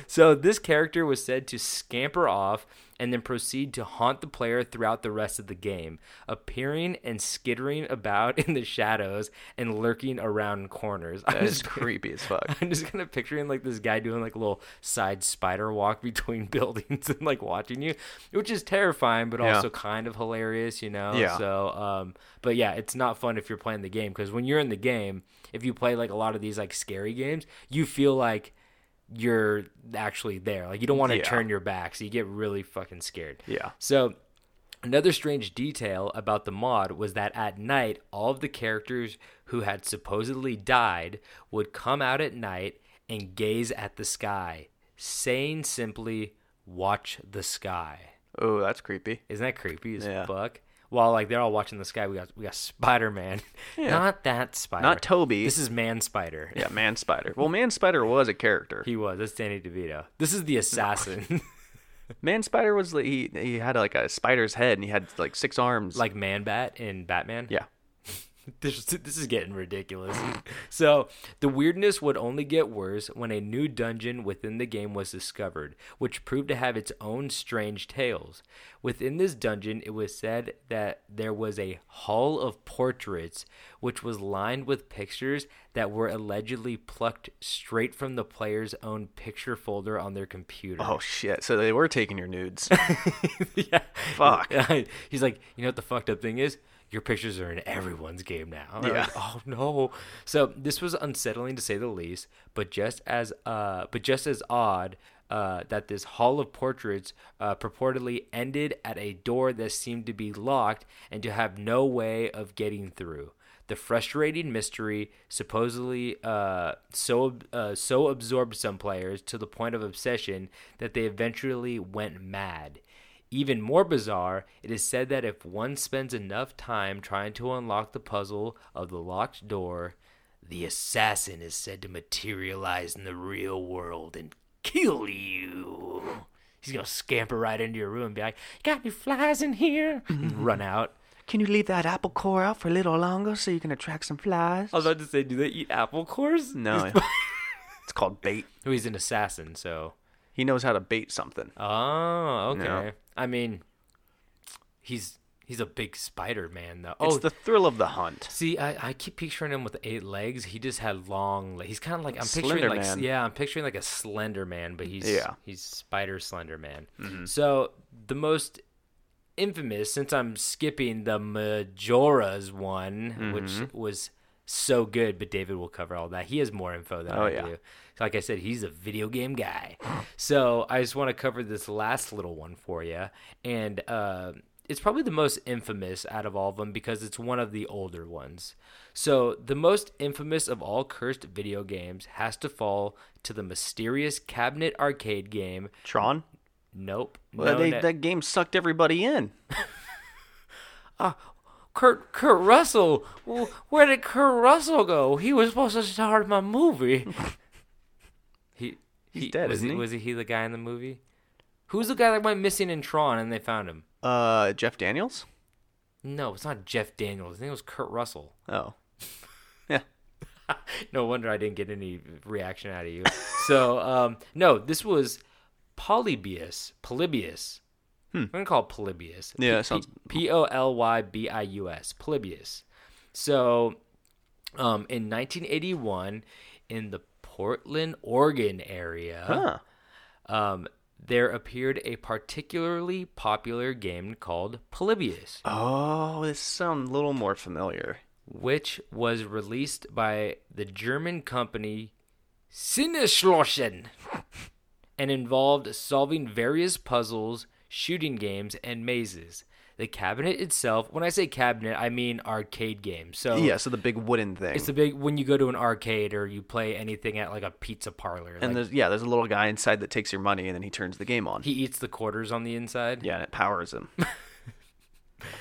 Speaker 6: So this character was said to scamper off and then proceed to haunt the player throughout the rest of the game, appearing and skittering about in the shadows and lurking around corners. I'm
Speaker 7: That is
Speaker 6: just-
Speaker 7: creepy as fuck.
Speaker 6: I'm just kind of picturing like this guy doing like a little side spider walk between buildings and like watching you, which is terrifying but
Speaker 7: Yeah.
Speaker 6: also kind of hilarious, you know.
Speaker 7: Yeah.
Speaker 6: So, um, but yeah, it's not fun if you're playing the game because when you're in the game, if you play like a lot of these like scary games, you feel like you're actually there. Like you don't want to
Speaker 7: Yeah.
Speaker 6: turn your back, so you get really fucking scared.
Speaker 7: Yeah.
Speaker 6: So Another strange detail about the mod was that at night, all of the characters who had supposedly died would come out at night and gaze at the sky, saying simply, Watch the sky.
Speaker 7: Oh, that's creepy.
Speaker 6: Isn't that creepy as
Speaker 7: Yeah.
Speaker 6: fuck? While like they're all watching the sky, we got we got Spider Man, not that Spider,
Speaker 7: Not Toby.
Speaker 6: This is Man Spider.
Speaker 7: Yeah, Man Spider. Well, Man Spider was a character.
Speaker 6: He was. That's Danny DeVito. This is the assassin,
Speaker 7: Man Spider was like, he he had like a spider's head and he had like six arms.
Speaker 6: like Man Bat in Batman.
Speaker 7: yeah,
Speaker 6: this, this is getting ridiculous. so, the weirdness would only get worse when a new dungeon within the game was discovered, which proved to have its own strange tales. Within this dungeon, it was said that there was a hall of portraits, which was lined with pictures that were allegedly plucked straight from the player's own picture folder on their computer.
Speaker 7: Oh shit! So they were taking your nudes.
Speaker 6: yeah.
Speaker 7: Fuck.
Speaker 6: He's like, you know what the fucked up thing is? Your pictures are in everyone's game now. And I was
Speaker 7: Yeah.
Speaker 6: like, oh no. So this was unsettling to say the least, but just as uh, but just as odd. Uh, that this hall of portraits uh, purportedly ended at a door that seemed to be locked and to have no way of getting through. The frustrating mystery supposedly uh, so uh, so absorbed some players to the point of obsession that they eventually went mad. Even more bizarre, it is said that if one spends enough time trying to unlock the puzzle of the locked door, the assassin is said to materialize in the real world and kill you. He's gonna scamper right into your room and be like, Got any flies in here? and run out.
Speaker 7: Can you leave that apple core out for a little longer so you can attract some flies?
Speaker 6: I was about to say, do they eat apple cores?
Speaker 7: No, it's called bait.
Speaker 6: Oh, he's an assassin, so.
Speaker 7: He knows how to bait something.
Speaker 6: Oh, okay.
Speaker 7: No.
Speaker 6: I mean, he's he's a big spider man though.
Speaker 7: It's
Speaker 6: oh,
Speaker 7: the thrill of the hunt.
Speaker 6: See, I, I keep picturing him with eight legs. He just had long. le- He's kind of like I'm picturing
Speaker 7: Slender
Speaker 6: like
Speaker 7: Man.
Speaker 6: yeah, I'm picturing like a Slender Man, but he's
Speaker 7: Yeah. Mm-hmm.
Speaker 6: he's Spider Slender Man. So the most infamous, since I'm skipping the Majora's one, which
Speaker 7: Mm-hmm.
Speaker 6: was so good, but David will cover all that. He has more info than I
Speaker 7: Oh, yeah.
Speaker 6: do. Like I said, he's a video game guy. so I just want to cover this last little one for you, and uh, it's probably the most infamous out of all of them because it's one of the older ones. So the most infamous of all cursed video games has to fall to the mysterious cabinet arcade game.
Speaker 7: Tron.
Speaker 6: Nope.
Speaker 7: Well,
Speaker 6: known
Speaker 7: they,
Speaker 6: a-
Speaker 7: that game sucked everybody in.
Speaker 6: Kurt Kurt Russell. W- Where did Kurt Russell go? He was supposed to star in my movie. he, he
Speaker 7: He's dead,
Speaker 6: was
Speaker 7: isn't he?
Speaker 6: Was he the guy in the movie? Who's the guy that went missing in Tron and they found him?
Speaker 7: Uh, Jeff Daniels.
Speaker 6: No, it's not Jeff Daniels. I think it was Kurt Russell.
Speaker 7: Oh, yeah.
Speaker 6: no wonder I didn't get any reaction out of you. so, um, no, this was Polybius. Polybius.
Speaker 7: Hmm.
Speaker 6: I'm going to call it Polybius.
Speaker 7: Yeah, that sounds-
Speaker 6: P O L Y B I U S. Polybius. So, um, in 1981, in the Portland, Oregon area,
Speaker 7: Huh.
Speaker 6: um, there appeared a particularly popular game called Polybius.
Speaker 7: Oh, this sounds a little more familiar.
Speaker 6: which was released by the German company Sinneschlossen and involved solving various puzzles, shooting games, and mazes. The cabinet itself, when I say cabinet, I mean arcade games. So
Speaker 7: Yeah, so the big wooden thing.
Speaker 6: it's the big when you go to an arcade or you play anything at like a pizza parlor.
Speaker 7: and
Speaker 6: like,
Speaker 7: there's yeah, there's a little guy inside that takes your money and then he turns the game on.
Speaker 6: he eats the quarters on the inside.
Speaker 7: yeah, and it powers him.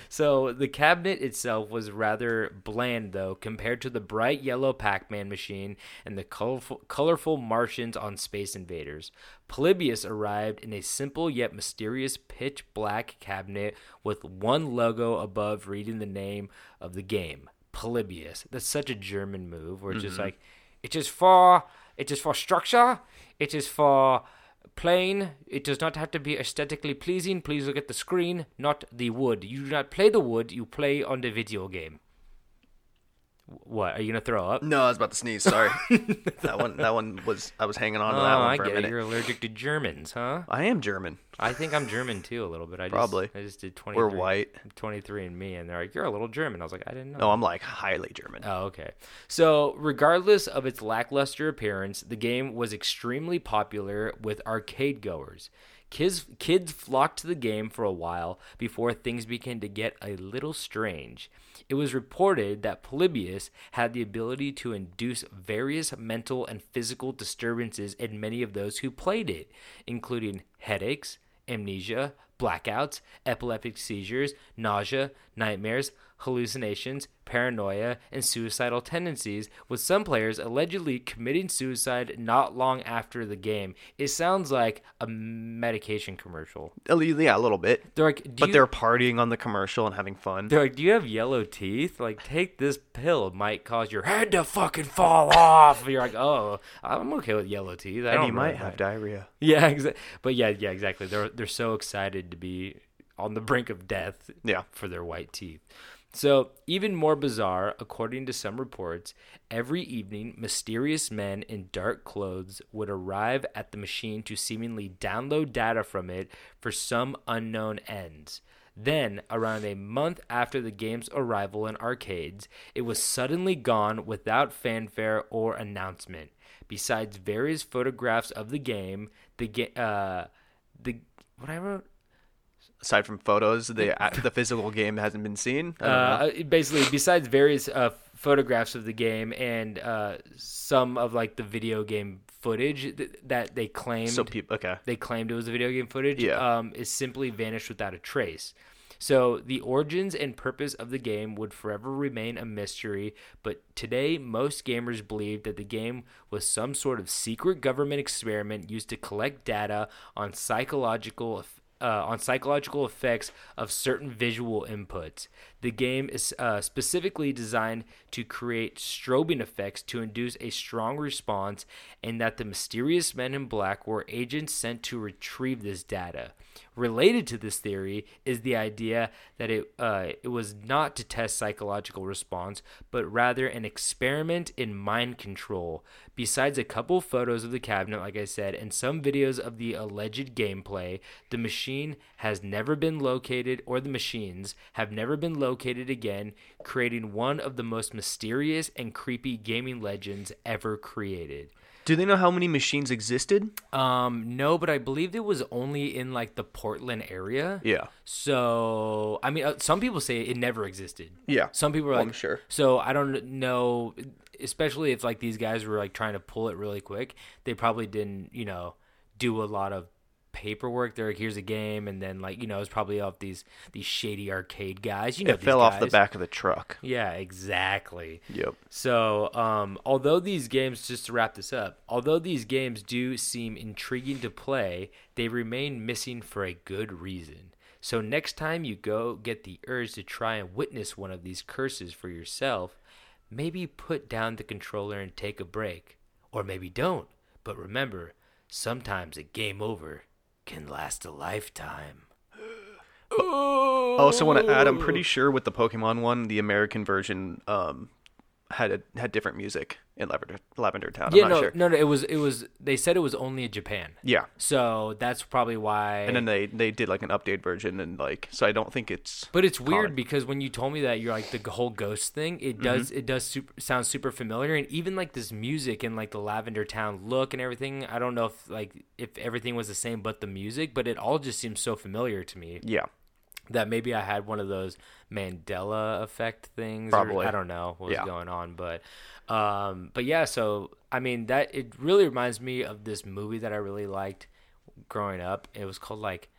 Speaker 6: So the cabinet itself was rather bland, though, compared to the bright yellow Pac-Man machine and the colorful, colorful Martians on Space Invaders. Polybius arrived in a simple yet mysterious pitch black cabinet with one logo above reading the name of the game, Polybius. That's such a German move, where it's just like, it is for, it is for structure, it is for plain. It does not have to be aesthetically pleasing. Please look at the screen, not the wood. You do not play the wood, you play on the video game. What? Are you going to throw up?
Speaker 7: no, I was about to sneeze. Sorry. that one. That one was. I was hanging on to that
Speaker 6: oh,
Speaker 7: one
Speaker 6: I
Speaker 7: for a
Speaker 6: get it.
Speaker 7: minute.
Speaker 6: You're allergic to Germans, huh?
Speaker 7: I am German.
Speaker 6: I think I'm German too, a little bit. I just,
Speaker 7: Probably.
Speaker 6: I just did 23.
Speaker 7: We're white.
Speaker 6: 23 and me, and they're like, you're a little German. I was like, I didn't know.
Speaker 7: No, I'm like highly German.
Speaker 6: Oh, okay. So, regardless of its lackluster appearance, the game was extremely popular with arcade goers. Kids, kids flocked to the game for a while before things began to get a little strange. It was reported that Polybius had the ability to induce various mental and physical disturbances in many of those who played it, including headaches, amnesia, blackouts, epileptic seizures, nausea, nightmares, hallucinations, paranoia, and suicidal tendencies, with some players allegedly committing suicide not long after the game. It sounds like a medication commercial.
Speaker 7: Oh, Yeah, a little bit.
Speaker 6: They're like, do
Speaker 7: but
Speaker 6: you,
Speaker 7: they're partying on the commercial and having fun.
Speaker 6: they're like, do you have yellow teeth? Like, take this pill. It might cause your head to fucking fall off. You're like, oh, I'm okay with yellow teeth. I
Speaker 7: and
Speaker 6: don't
Speaker 7: you
Speaker 6: really
Speaker 7: might have
Speaker 6: mind."
Speaker 7: diarrhea.
Speaker 6: Yeah, exactly. But yeah, yeah, exactly. They're they're so excited to be on the brink of death.
Speaker 7: Yeah.
Speaker 6: for their white teeth. So even more bizarre, according to some reports, every evening mysterious men in dark clothes would arrive at the machine to seemingly download data from it for some unknown ends. Then, around a month after the game's arrival in arcades, it was suddenly gone without fanfare or announcement. Besides various photographs of the game, the ga- uh, the what I wrote
Speaker 7: Aside from photos, the the physical game hasn't been seen. I don't know.
Speaker 6: uh, uh, basically, besides various uh, photographs of the game and uh, some of like the video game footage th- that they claimed
Speaker 7: So people, okay.
Speaker 6: they claimed it was video game footage
Speaker 7: Yeah.
Speaker 6: um, is simply vanished without a trace. So the origins and purpose of the game would forever remain a mystery, but today most gamers believe that the game was some sort of secret government experiment used to collect data on psychological eff- uh, on psychological effects of certain visual inputs. The game is uh, specifically designed to create strobing effects to induce a strong response, and that the mysterious men in black were agents sent to retrieve this data. Related to this theory is the idea that it uh, it was not to test psychological response, but rather an experiment in mind control. Besides a couple photos of the cabinet, like I said, and some videos of the alleged gameplay, the machine has never been located, or the machines have never been located again, creating one of the most mysterious and creepy gaming legends ever created.
Speaker 7: Do they know how many machines existed?
Speaker 6: Um, no, but I believed it was only in like the Portland area.
Speaker 7: Yeah.
Speaker 6: So I mean, uh, some people say it never existed.
Speaker 7: Yeah.
Speaker 6: Some people are
Speaker 7: Well,
Speaker 6: like,
Speaker 7: I'm sure.
Speaker 6: So I don't know, especially if like these guys were like trying to pull it really quick. They probably didn't, you know, do a lot of paperwork. They're like, here's a game, and then like you know, it's probably off these these shady arcade guys. You know,
Speaker 7: It
Speaker 6: these
Speaker 7: fell off the
Speaker 6: guys.
Speaker 7: back of the truck.
Speaker 6: Yeah, exactly.
Speaker 7: Yep.
Speaker 6: So, um, although these games, just to wrap this up, although these games do seem intriguing to play, they remain missing for a good reason. So, next time you go get the urge to try and witness one of these curses for yourself, maybe put down the controller and take a break. Or maybe don't. But remember, sometimes a game over can last a lifetime.
Speaker 7: Also, want to add, I'm
Speaker 6: Oh.
Speaker 7: pretty sure with the Pokemon one, the American version um, had a, had different music in Lavender, Lavender Town. I'm
Speaker 6: yeah,
Speaker 7: not
Speaker 6: no,
Speaker 7: sure.
Speaker 6: no, no. It was, it was. They said it was only in Japan.
Speaker 7: Yeah.
Speaker 6: So that's probably why.
Speaker 7: And then they, they did like an update version and like so I don't think it's
Speaker 6: But it's weird
Speaker 7: Colin.
Speaker 6: because when you told me that you're like the g- whole ghost thing, it
Speaker 7: Mm-hmm.
Speaker 6: does it does super, sound super familiar, and even like this music and like the Lavender Town look and everything. I don't know if like if everything was the same, but the music, but it all just seems so familiar to me
Speaker 7: yeah
Speaker 6: that maybe I had one of those Mandela effect things. or-
Speaker 7: Probably.
Speaker 6: I don't know what was
Speaker 7: Yeah.
Speaker 6: going on, but um, but yeah. So I mean, that it really reminds me of this movie that I really liked growing up. It was called like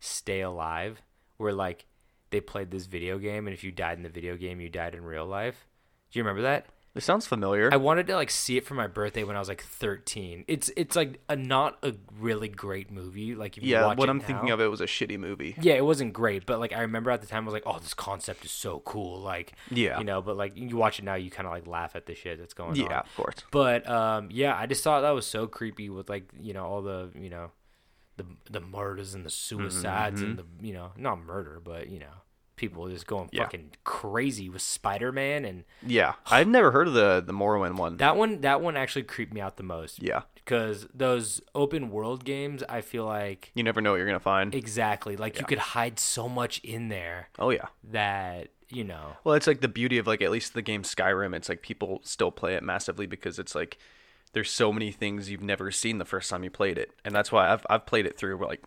Speaker 6: Stay Alive, where like they played this video game, and if you died in the video game, you died in real life. Do you remember that?
Speaker 7: it sounds familiar.
Speaker 6: I wanted to like see it for my birthday when I was like 13. It's it's like a not a really great movie. Like if you
Speaker 7: yeah,
Speaker 6: watch
Speaker 7: what
Speaker 6: it
Speaker 7: I'm thinking
Speaker 6: now-
Speaker 7: of it was a shitty movie.
Speaker 6: yeah, it wasn't great, but like I remember at the time I was like, "Oh, this concept is so cool!" Like,
Speaker 7: Yeah.
Speaker 6: you know. But like you watch it now, you kind of like laugh at the shit that's going on.
Speaker 7: Yeah, of course.
Speaker 6: But um, yeah, I just thought that was so creepy with like you know all the you know the the murders and the suicides
Speaker 7: Mm-hmm,
Speaker 6: and the you know not murder but you know people just going
Speaker 7: Yeah.
Speaker 6: fucking crazy with Spider Man and
Speaker 7: Yeah, I've never heard of the the Morrowind one.
Speaker 6: that one that one actually creeped me out the most.
Speaker 7: yeah,
Speaker 6: because those open world games, I feel like
Speaker 7: you never know what you're gonna find.
Speaker 6: exactly like you could hide so much in there.
Speaker 7: oh yeah.
Speaker 6: that you know
Speaker 7: Well, it's like the beauty of like at least the game Skyrim. It's like people still play it massively because it's like there's so many things you've never seen the first time you played it, and that's why I've I've played it through like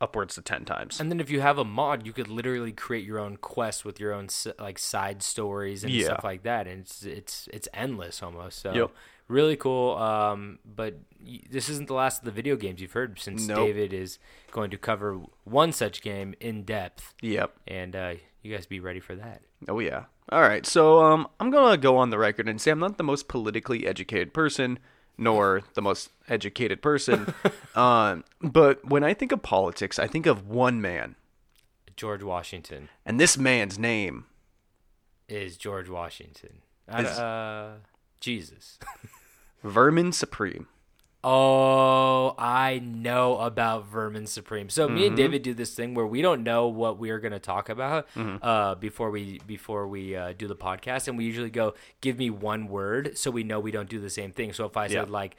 Speaker 7: upwards to ten times.
Speaker 6: and then if you have a mod you could literally create your own quest with your own s- like side stories and
Speaker 7: Yeah.
Speaker 6: stuff like that and it's it's it's endless almost so
Speaker 7: Yep.
Speaker 6: really cool um but y- this isn't the last of the video games you've heard since
Speaker 7: Nope.
Speaker 6: david is going to cover one such game in depth
Speaker 7: Yep.
Speaker 6: and uh you guys be ready for that
Speaker 7: Oh yeah. All right. So um, I'm gonna go on the record and say I'm not the most politically educated person, nor the most educated person. um, but when I think of politics, I think of one man,
Speaker 6: george washington
Speaker 7: and this man's name.
Speaker 6: is george washington I d-
Speaker 7: Is-
Speaker 6: uh jesus
Speaker 7: Vermin Supreme.
Speaker 6: Oh, I know about Vermin Supreme. So me
Speaker 7: Mm-hmm.
Speaker 6: and David do this thing where we don't know what we are going to talk about
Speaker 7: Mm-hmm.
Speaker 6: uh, before we before we uh, do the podcast, and we usually go, "Give me one word," so we know we don't do the same thing. So if I said
Speaker 7: Yeah.
Speaker 6: like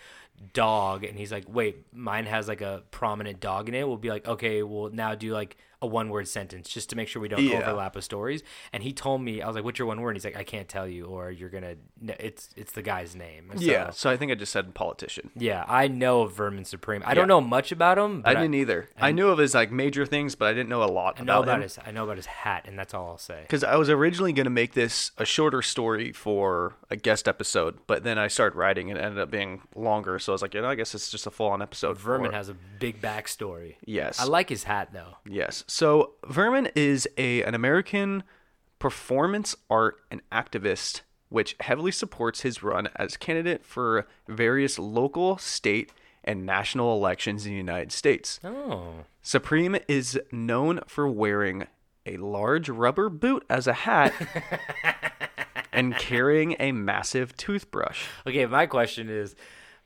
Speaker 6: dog, and he's like, "Wait, mine has like a prominent dog in it," we'll be like, "Okay, we'll now do like a one word sentence just to make sure we don't
Speaker 7: Yeah.
Speaker 6: overlap with stories." And he told me, I was like, "What's your one word?" And he's like, "I can't tell you," or "You're gonna," no, it's it's the guy's name. So-
Speaker 7: Yeah. So I think I just said politician.
Speaker 6: yeah, I know of Vermin Supreme. I don't
Speaker 7: Yeah.
Speaker 6: know much about him.
Speaker 7: I
Speaker 6: But
Speaker 7: didn't either. I knew of his like major things, but I didn't know a lot
Speaker 6: I know
Speaker 7: about,
Speaker 6: about
Speaker 7: him.
Speaker 6: his. I know about his hat, and that's all I'll say.
Speaker 7: Because I was originally going to make this a shorter story for a guest episode, but then I started writing and it ended up being longer. So I was like, you know, I guess it's just a full on episode.
Speaker 6: Vermin
Speaker 7: for-
Speaker 6: has a big backstory.
Speaker 7: Yes.
Speaker 6: I like his hat though.
Speaker 7: Yes. So Vermin is a an American performance art and activist, which heavily supports his run as candidate for various local, state, and national elections in the United States.
Speaker 6: Oh,
Speaker 7: Supreme is known for wearing a large rubber boot as a hat and carrying a massive toothbrush.
Speaker 6: okay. My question is,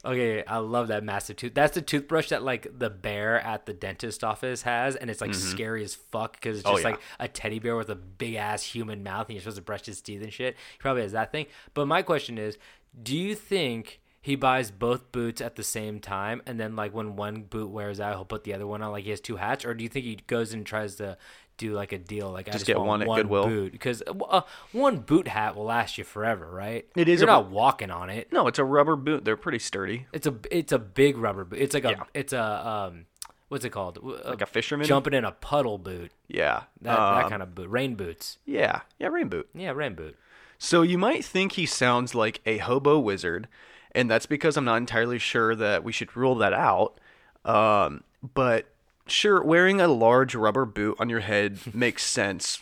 Speaker 6: okay, I love that massive tooth. That's the toothbrush that like the bear at the dentist office has, and it's like scary as fuck because it's just
Speaker 7: Mm-hmm. Oh, yeah.
Speaker 6: like a teddy bear with a big ass human mouth, and you're supposed to brush his teeth and shit. He probably has that thing. But my question is, do you think? He buys both boots at the same time, and then like when one boot wears out, he'll put the other one on. Like he has two hats, or do you think he goes and tries to do like a deal? Like I just
Speaker 7: get
Speaker 6: want
Speaker 7: one at
Speaker 6: one
Speaker 7: Goodwill.
Speaker 6: boot because uh, one boot hat will last you forever, right?
Speaker 7: It is
Speaker 6: You're
Speaker 7: a-
Speaker 6: not walking on it.
Speaker 7: No, it's a rubber boot. They're pretty sturdy.
Speaker 6: It's a it's a big rubber boot. It's like a
Speaker 7: Yeah.
Speaker 6: it's a um what's it called? Like
Speaker 7: a fisherman?
Speaker 6: jumping in a puddle boot.
Speaker 7: Yeah.
Speaker 6: That that
Speaker 7: Um,
Speaker 6: kind of boot. Rain boots.
Speaker 7: yeah. Yeah, rain boot.
Speaker 6: Yeah, rain boot.
Speaker 7: So you might think he sounds like a hobo wizard, and that's because I'm not entirely sure that we should rule that out. Um, but sure, wearing a large rubber boot on your head makes sense.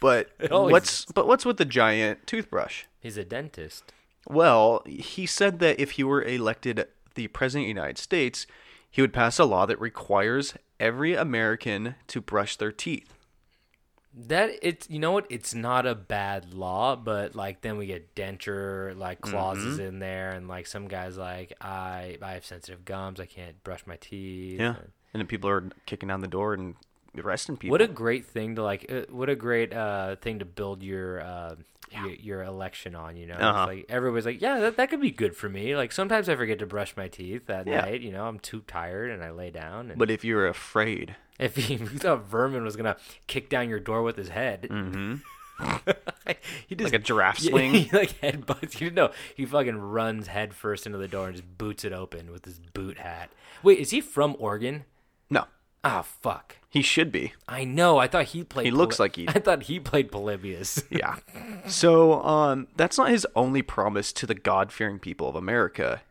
Speaker 7: But
Speaker 6: always
Speaker 7: what's but what's with the giant toothbrush?
Speaker 6: He's a dentist.
Speaker 7: Well, he said that if he were elected the president of the United States, he would pass a law that requires every American to brush their teeth.
Speaker 6: That it's you know what? It's not a bad law, but like then we get denture like clauses
Speaker 7: Mm-hmm.
Speaker 6: in there, and like some guys like I I have sensitive gums, I can't brush my teeth.
Speaker 7: Yeah. And then people are kicking down the door and arresting people.
Speaker 6: What a great thing to like! uh, What a great uh, thing to build your uh, your, your election on. You know, It's
Speaker 7: Uh-huh.
Speaker 6: like everybody's like, "Yeah, that, that could be good for me." Like sometimes I forget to brush my teeth that
Speaker 7: Yeah.
Speaker 6: night. You know, I'm too tired and I lay down. And
Speaker 7: but if you're afraid,
Speaker 6: if he if he thought Vermin was gonna kick down your door with his head, he just
Speaker 7: Mm-hmm. like a giraffe
Speaker 6: yeah,
Speaker 7: swing,
Speaker 6: he like headbutts. You didn't know he fucking runs headfirst into the door and just boots it open with his boot hat. Wait, is he from Oregon?
Speaker 7: no,
Speaker 6: Ah, fuck.
Speaker 7: he should be.
Speaker 6: I know. I thought he played.
Speaker 7: He looks like he-
Speaker 6: I thought he played Polybius.
Speaker 7: Yeah. So um, that's not his only promise to the God fearing people of America.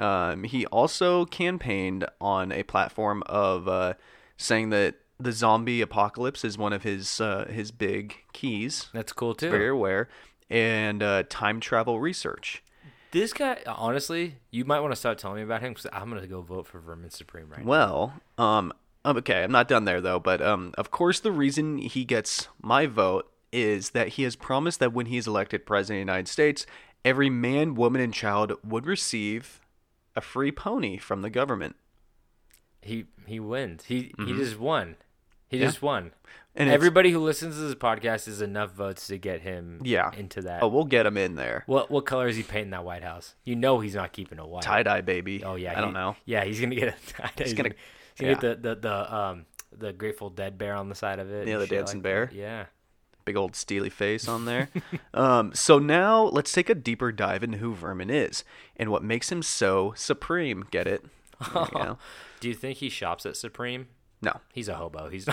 Speaker 7: Um, he also campaigned on a platform of uh, saying that the zombie apocalypse is one of his uh, his big keys.
Speaker 6: That's cool too.
Speaker 7: Very aware. And uh, time travel research.
Speaker 6: This guy, honestly, you might want to start telling me about him because I'm gonna go vote for Vermin Supreme right now.
Speaker 7: Well, um, um, okay, I'm not done there though, but um, of course, the reason he gets my vote is that he has promised that when he is elected president of the United States, every man, woman, and child would receive a free pony from the government.
Speaker 6: He he wins. He he just won. He just won.
Speaker 7: Mm-hmm. And
Speaker 6: And
Speaker 7: it's-
Speaker 6: everybody who listens to this podcast is enough votes to get him.
Speaker 7: Yeah.
Speaker 6: into that.
Speaker 7: Oh, we'll get him in there.
Speaker 6: what what color is he painting that White House? You know he's not keeping a white.
Speaker 7: Tie dye, baby.
Speaker 6: Oh yeah,
Speaker 7: I don't
Speaker 6: he-
Speaker 7: know.
Speaker 6: Yeah, he's gonna get a tie dye. He's
Speaker 7: gonna-
Speaker 6: gonna, he's gonna get the, the the um the Grateful Dead bear on the side of it.
Speaker 7: Yeah,
Speaker 6: and
Speaker 7: the
Speaker 6: shit
Speaker 7: dancing
Speaker 6: like
Speaker 7: bear.
Speaker 6: that. Yeah.
Speaker 7: Big old steely face on there. um, so now let's take a deeper dive into who Vermin is and what makes him so supreme. Get it? You know?
Speaker 6: Do you think he shops at Supreme?
Speaker 7: No.
Speaker 6: He's a hobo. He's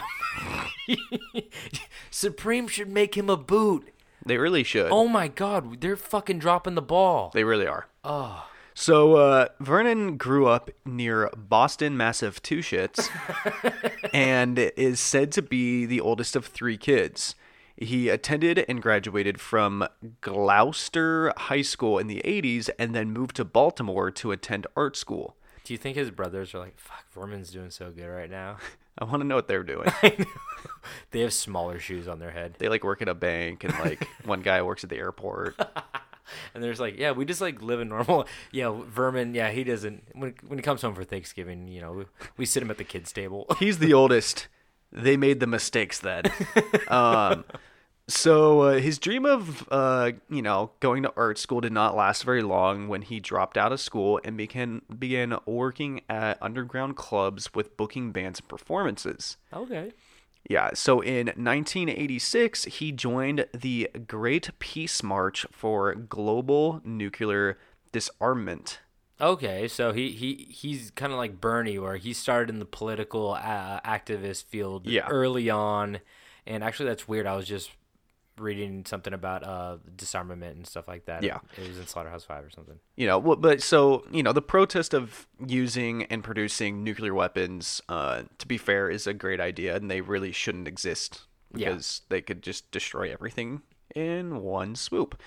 Speaker 6: Supreme should make him a boot.
Speaker 7: They really should.
Speaker 6: Oh my god, they're fucking dropping the ball.
Speaker 7: They really are. Oh. So uh, Vernon grew up near Boston, Massachusetts, and is said to be the oldest of three kids. He attended and graduated from Gloucester High School in the 80s and then moved to Baltimore to attend art school.
Speaker 6: Do you think his brothers are like, fuck, Vermin's doing so good right now?
Speaker 7: I want to know what they're doing.
Speaker 6: They have smaller shoes on their head.
Speaker 7: they like work at a bank and like one guy works at the airport.
Speaker 6: And there's like, yeah, we just like live a normal. Yeah, Vermin, yeah, he doesn't. When, when he comes home for Thanksgiving, you know, we, we sit him at the kids' table.
Speaker 7: he's the oldest. They made the mistakes then. um, so uh, his dream of uh, you know going to art school did not last very long when he dropped out of school and began began working at underground clubs with booking bands and performances.
Speaker 6: okay.
Speaker 7: Yeah, so in 1986 he joined the Great Peace March for global nuclear disarmament.
Speaker 6: Okay, so he, he he's kind of like Bernie, where he started in the political uh, activist field
Speaker 7: Yeah.
Speaker 6: early on, and actually that's weird. I was just reading something about uh, disarmament and stuff like that.
Speaker 7: Yeah.
Speaker 6: it was in Slaughterhouse Five or something.
Speaker 7: you know wh- but so you know the protest of using and producing nuclear weapons uh, to be fair is a great idea and they really shouldn't exist
Speaker 6: Yeah.
Speaker 7: because they could just destroy everything in one swoop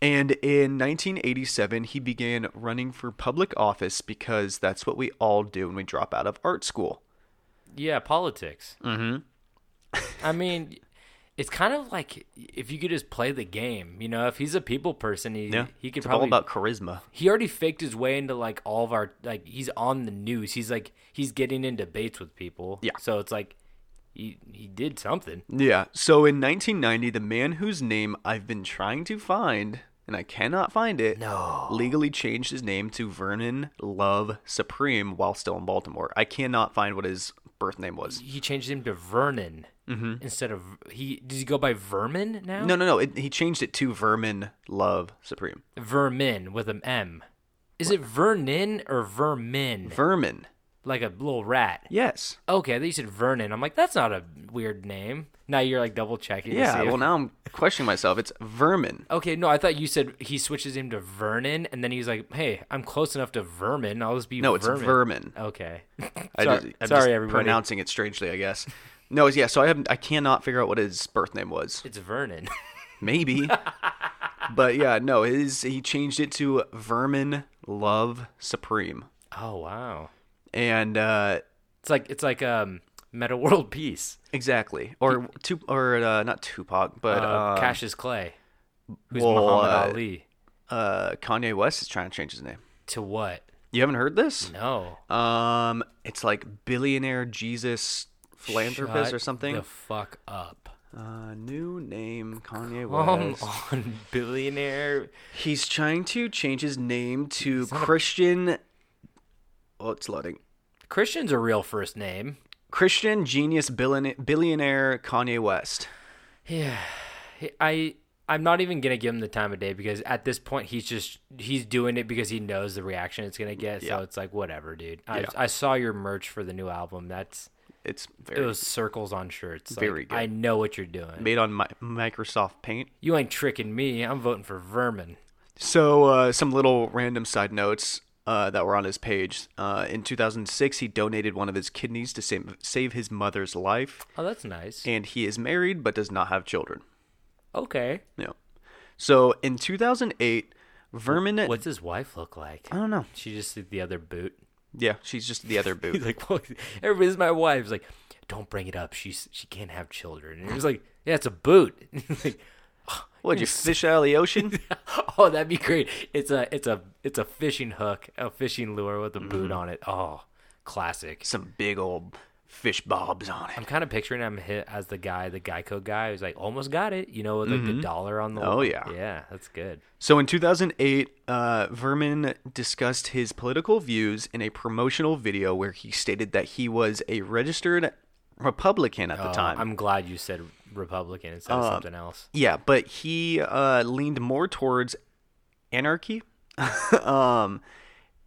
Speaker 7: and in 1987 he began running for public office because that's what we all do when we drop out of art school
Speaker 6: Yeah, politics. Mm-hmm. I mean, it's kind of like if you could just play the game. You know, if he's a people person, he he could
Speaker 7: it's
Speaker 6: probably
Speaker 7: all about charisma
Speaker 6: he already faked his way into like all of our like he's on the news. He's like he's getting in debates with people.
Speaker 7: Yeah.
Speaker 6: So it's like he he did something.
Speaker 7: Yeah. So in 1990, the man whose name I've been trying to find and I cannot find it, no, legally changed his name to Vernon Love Supreme while still in Baltimore. I cannot find what his birth name was.
Speaker 6: He changed him to Vernon instead of he. Did he go by Vermin now?
Speaker 7: Mm-hmm. No, no, no. It, he changed it to Vermin Love Supreme.
Speaker 6: Vermin with an M. Is it Vernin or Vermin?
Speaker 7: Vermin.
Speaker 6: like a little rat.
Speaker 7: Yes.
Speaker 6: Okay, they said Vernon. I'm like, that's not a weird name. Now you're like double checking. to see
Speaker 7: Yeah.
Speaker 6: if-
Speaker 7: Well, now I'm questioning myself. It's vermin.
Speaker 6: Okay, no, I thought you said he switches him to Vernon, and then he's like, "Hey, I'm close enough to Vermin. I'll just be
Speaker 7: No, it's
Speaker 6: vermin.
Speaker 7: vermin.
Speaker 6: Okay,
Speaker 7: I
Speaker 6: sorry,
Speaker 7: just- I'm
Speaker 6: sorry
Speaker 7: just
Speaker 6: everybody.
Speaker 7: Pronouncing it strangely, I guess. No, yeah. So I have I cannot figure out what his birth name was.
Speaker 6: it's Vernon.
Speaker 7: Maybe. but yeah, no. His he changed it to Vermin Love Supreme,
Speaker 6: oh wow,
Speaker 7: and uh,
Speaker 6: it's like it's like um Meta World Peace.
Speaker 7: exactly or two or uh, not Tupac, but
Speaker 6: Uh,
Speaker 7: uh,
Speaker 6: Cassius Clay, who's
Speaker 7: well,
Speaker 6: Muhammad
Speaker 7: uh,
Speaker 6: Ali.
Speaker 7: uh, Kanye West is trying to change his name.
Speaker 6: To what?
Speaker 7: You haven't heard this?
Speaker 6: No,
Speaker 7: Um, it's like billionaire Jesus philanthropist
Speaker 6: Shut
Speaker 7: or something.
Speaker 6: The fuck up.
Speaker 7: uh, new name Kanye
Speaker 6: Come
Speaker 7: West.
Speaker 6: on, billionaire.
Speaker 7: He's trying to change his name to Christian. Oh, it's loading.
Speaker 6: Christian's a real first name.
Speaker 7: Christian genius billionaire, billionaire Kanye West.
Speaker 6: Yeah, I I'm not even gonna give him the time of day because at this point he's just he's doing it because he knows the reaction it's gonna get. So
Speaker 7: Yeah.
Speaker 6: it's like whatever, dude. I,
Speaker 7: Yeah.
Speaker 6: I saw your merch for the new album. That's
Speaker 7: It's
Speaker 6: it
Speaker 7: very
Speaker 6: was circles on shirts. Like,
Speaker 7: Very good.
Speaker 6: I know what you're doing.
Speaker 7: made on Mi- Microsoft Paint.
Speaker 6: You ain't tricking me. I'm voting for Vermin.
Speaker 7: So, uh, some little random side notes uh, that were on his page. Uh, in 2006, he donated one of his kidneys to save, save his mother's life,
Speaker 6: Oh, that's nice.
Speaker 7: and he is married but does not have children.
Speaker 6: Okay.
Speaker 7: Yeah. So, in 2008, Vermin.
Speaker 6: What's his wife look like?
Speaker 7: I don't know.
Speaker 6: She just did the other boot.
Speaker 7: Yeah, she's just the other boot.
Speaker 6: He's like, well, everybody's my wife. He's like, don't bring it up. She's she can't have children. And he was like, yeah, it's a boot. He's like,
Speaker 7: What'd you fish out of the ocean?
Speaker 6: Oh, that'd be great. It's a it's a it's a fishing hook, a fishing lure with a
Speaker 7: Mm-hmm.
Speaker 6: boot on it. Oh, classic.
Speaker 7: Some big old fish bobs on
Speaker 6: I'm
Speaker 7: it.
Speaker 6: kind of picturing him hit as the guy, the Geico guy who's like almost got it, you know, with like the dollar on the
Speaker 7: Oh, yeah.
Speaker 6: Yeah, that's good.
Speaker 7: So in 2008, uh, Vermin discussed his political views in a promotional video where he stated that he was a registered Republican at the
Speaker 6: Oh,
Speaker 7: time. Uh,
Speaker 6: I'm glad you said Republican instead of something else.
Speaker 7: Yeah, but he uh, leaned more towards anarchy. um,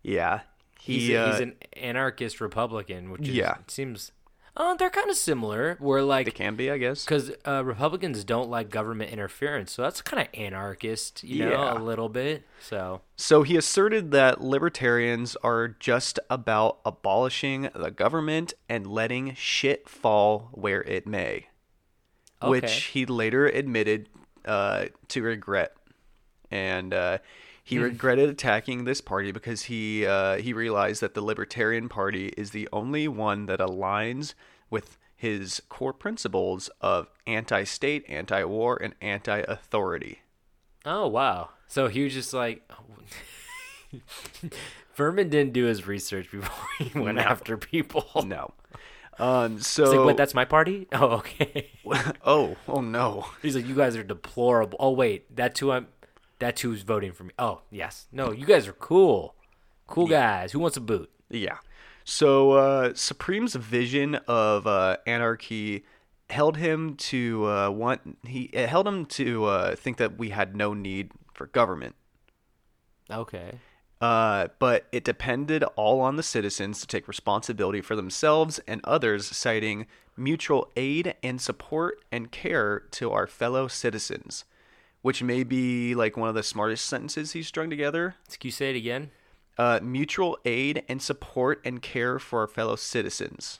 Speaker 7: yeah, he.
Speaker 6: He's, a, he's
Speaker 7: uh,
Speaker 6: an anarchist Republican, which is,
Speaker 7: Yeah.
Speaker 6: it seems uh, they're kind of similar. Where
Speaker 7: They
Speaker 6: like
Speaker 7: can be, I guess.
Speaker 6: because uh, Republicans don't like government interference, so that's kind of anarchist, you know,
Speaker 7: Yeah.
Speaker 6: a little bit. So
Speaker 7: So he asserted that libertarians are just about abolishing the government and letting shit fall where it may, which
Speaker 6: Okay.
Speaker 7: he later admitted uh, to regret, and uh,
Speaker 6: Hmm.
Speaker 7: he regretted attacking this party because he uh, he realized that the Libertarian Party is the only one that aligns with his core principles of anti-state, anti-war, and anti-authority.
Speaker 6: Oh wow! So he was just like, Furman didn't do his research before he went after people.
Speaker 7: No. Um, so
Speaker 6: He's like, wait, that's my party? Oh, okay.
Speaker 7: oh, oh no.
Speaker 6: He's like, you guys are deplorable. Oh wait, that's who I'm. That's who's voting for me. Oh yes, no, you guys are cool, cool guys. Who wants a boot?
Speaker 7: Yeah. So uh, Supreme's vision of uh, anarchy held him to uh, want he it held him to uh, think that we had no need for government.
Speaker 6: Okay.
Speaker 7: Uh, but it depended all on the citizens to take responsibility for themselves and others, citing mutual aid and support and care to our fellow citizens, which may be like one of the smartest sentences he strung together.
Speaker 6: Can you say it again?
Speaker 7: uh, mutual aid and support and care for our fellow citizens.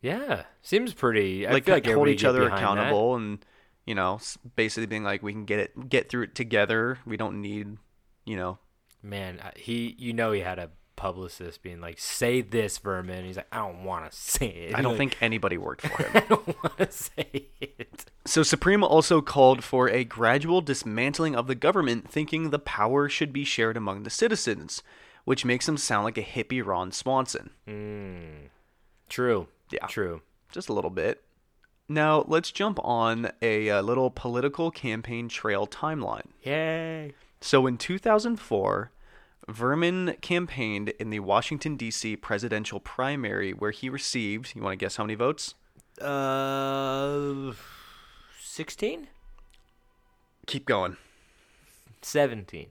Speaker 6: Yeah, seems pretty. I
Speaker 7: Like,
Speaker 6: feel like
Speaker 7: hold
Speaker 6: everybody
Speaker 7: each
Speaker 6: get
Speaker 7: other
Speaker 6: behind that.
Speaker 7: accountable and you know s- basically being like we can get it get through it together. We don't need you know
Speaker 6: Man, I- he, you know, he had a publicist being like, "Say this, Vermin." He's like, "I don't want to say it."
Speaker 7: I don't
Speaker 6: Like,
Speaker 7: think anybody worked for
Speaker 6: I
Speaker 7: him.
Speaker 6: don't want to say it.
Speaker 7: so Supreme also called for a gradual dismantling of the government, thinking the power should be shared among the citizens, which makes him sound like a hippie Ron Swanson.
Speaker 6: True.
Speaker 7: Yeah.
Speaker 6: True.
Speaker 7: just a little bit. Now let's jump on a, uh little political campaign trail timeline.
Speaker 6: Yay.
Speaker 7: So in 2004, Vermin campaigned in the Washington, D.C. presidential primary where he received, you want to guess how many votes?
Speaker 6: Uh, 16?
Speaker 7: Keep going.
Speaker 6: 17.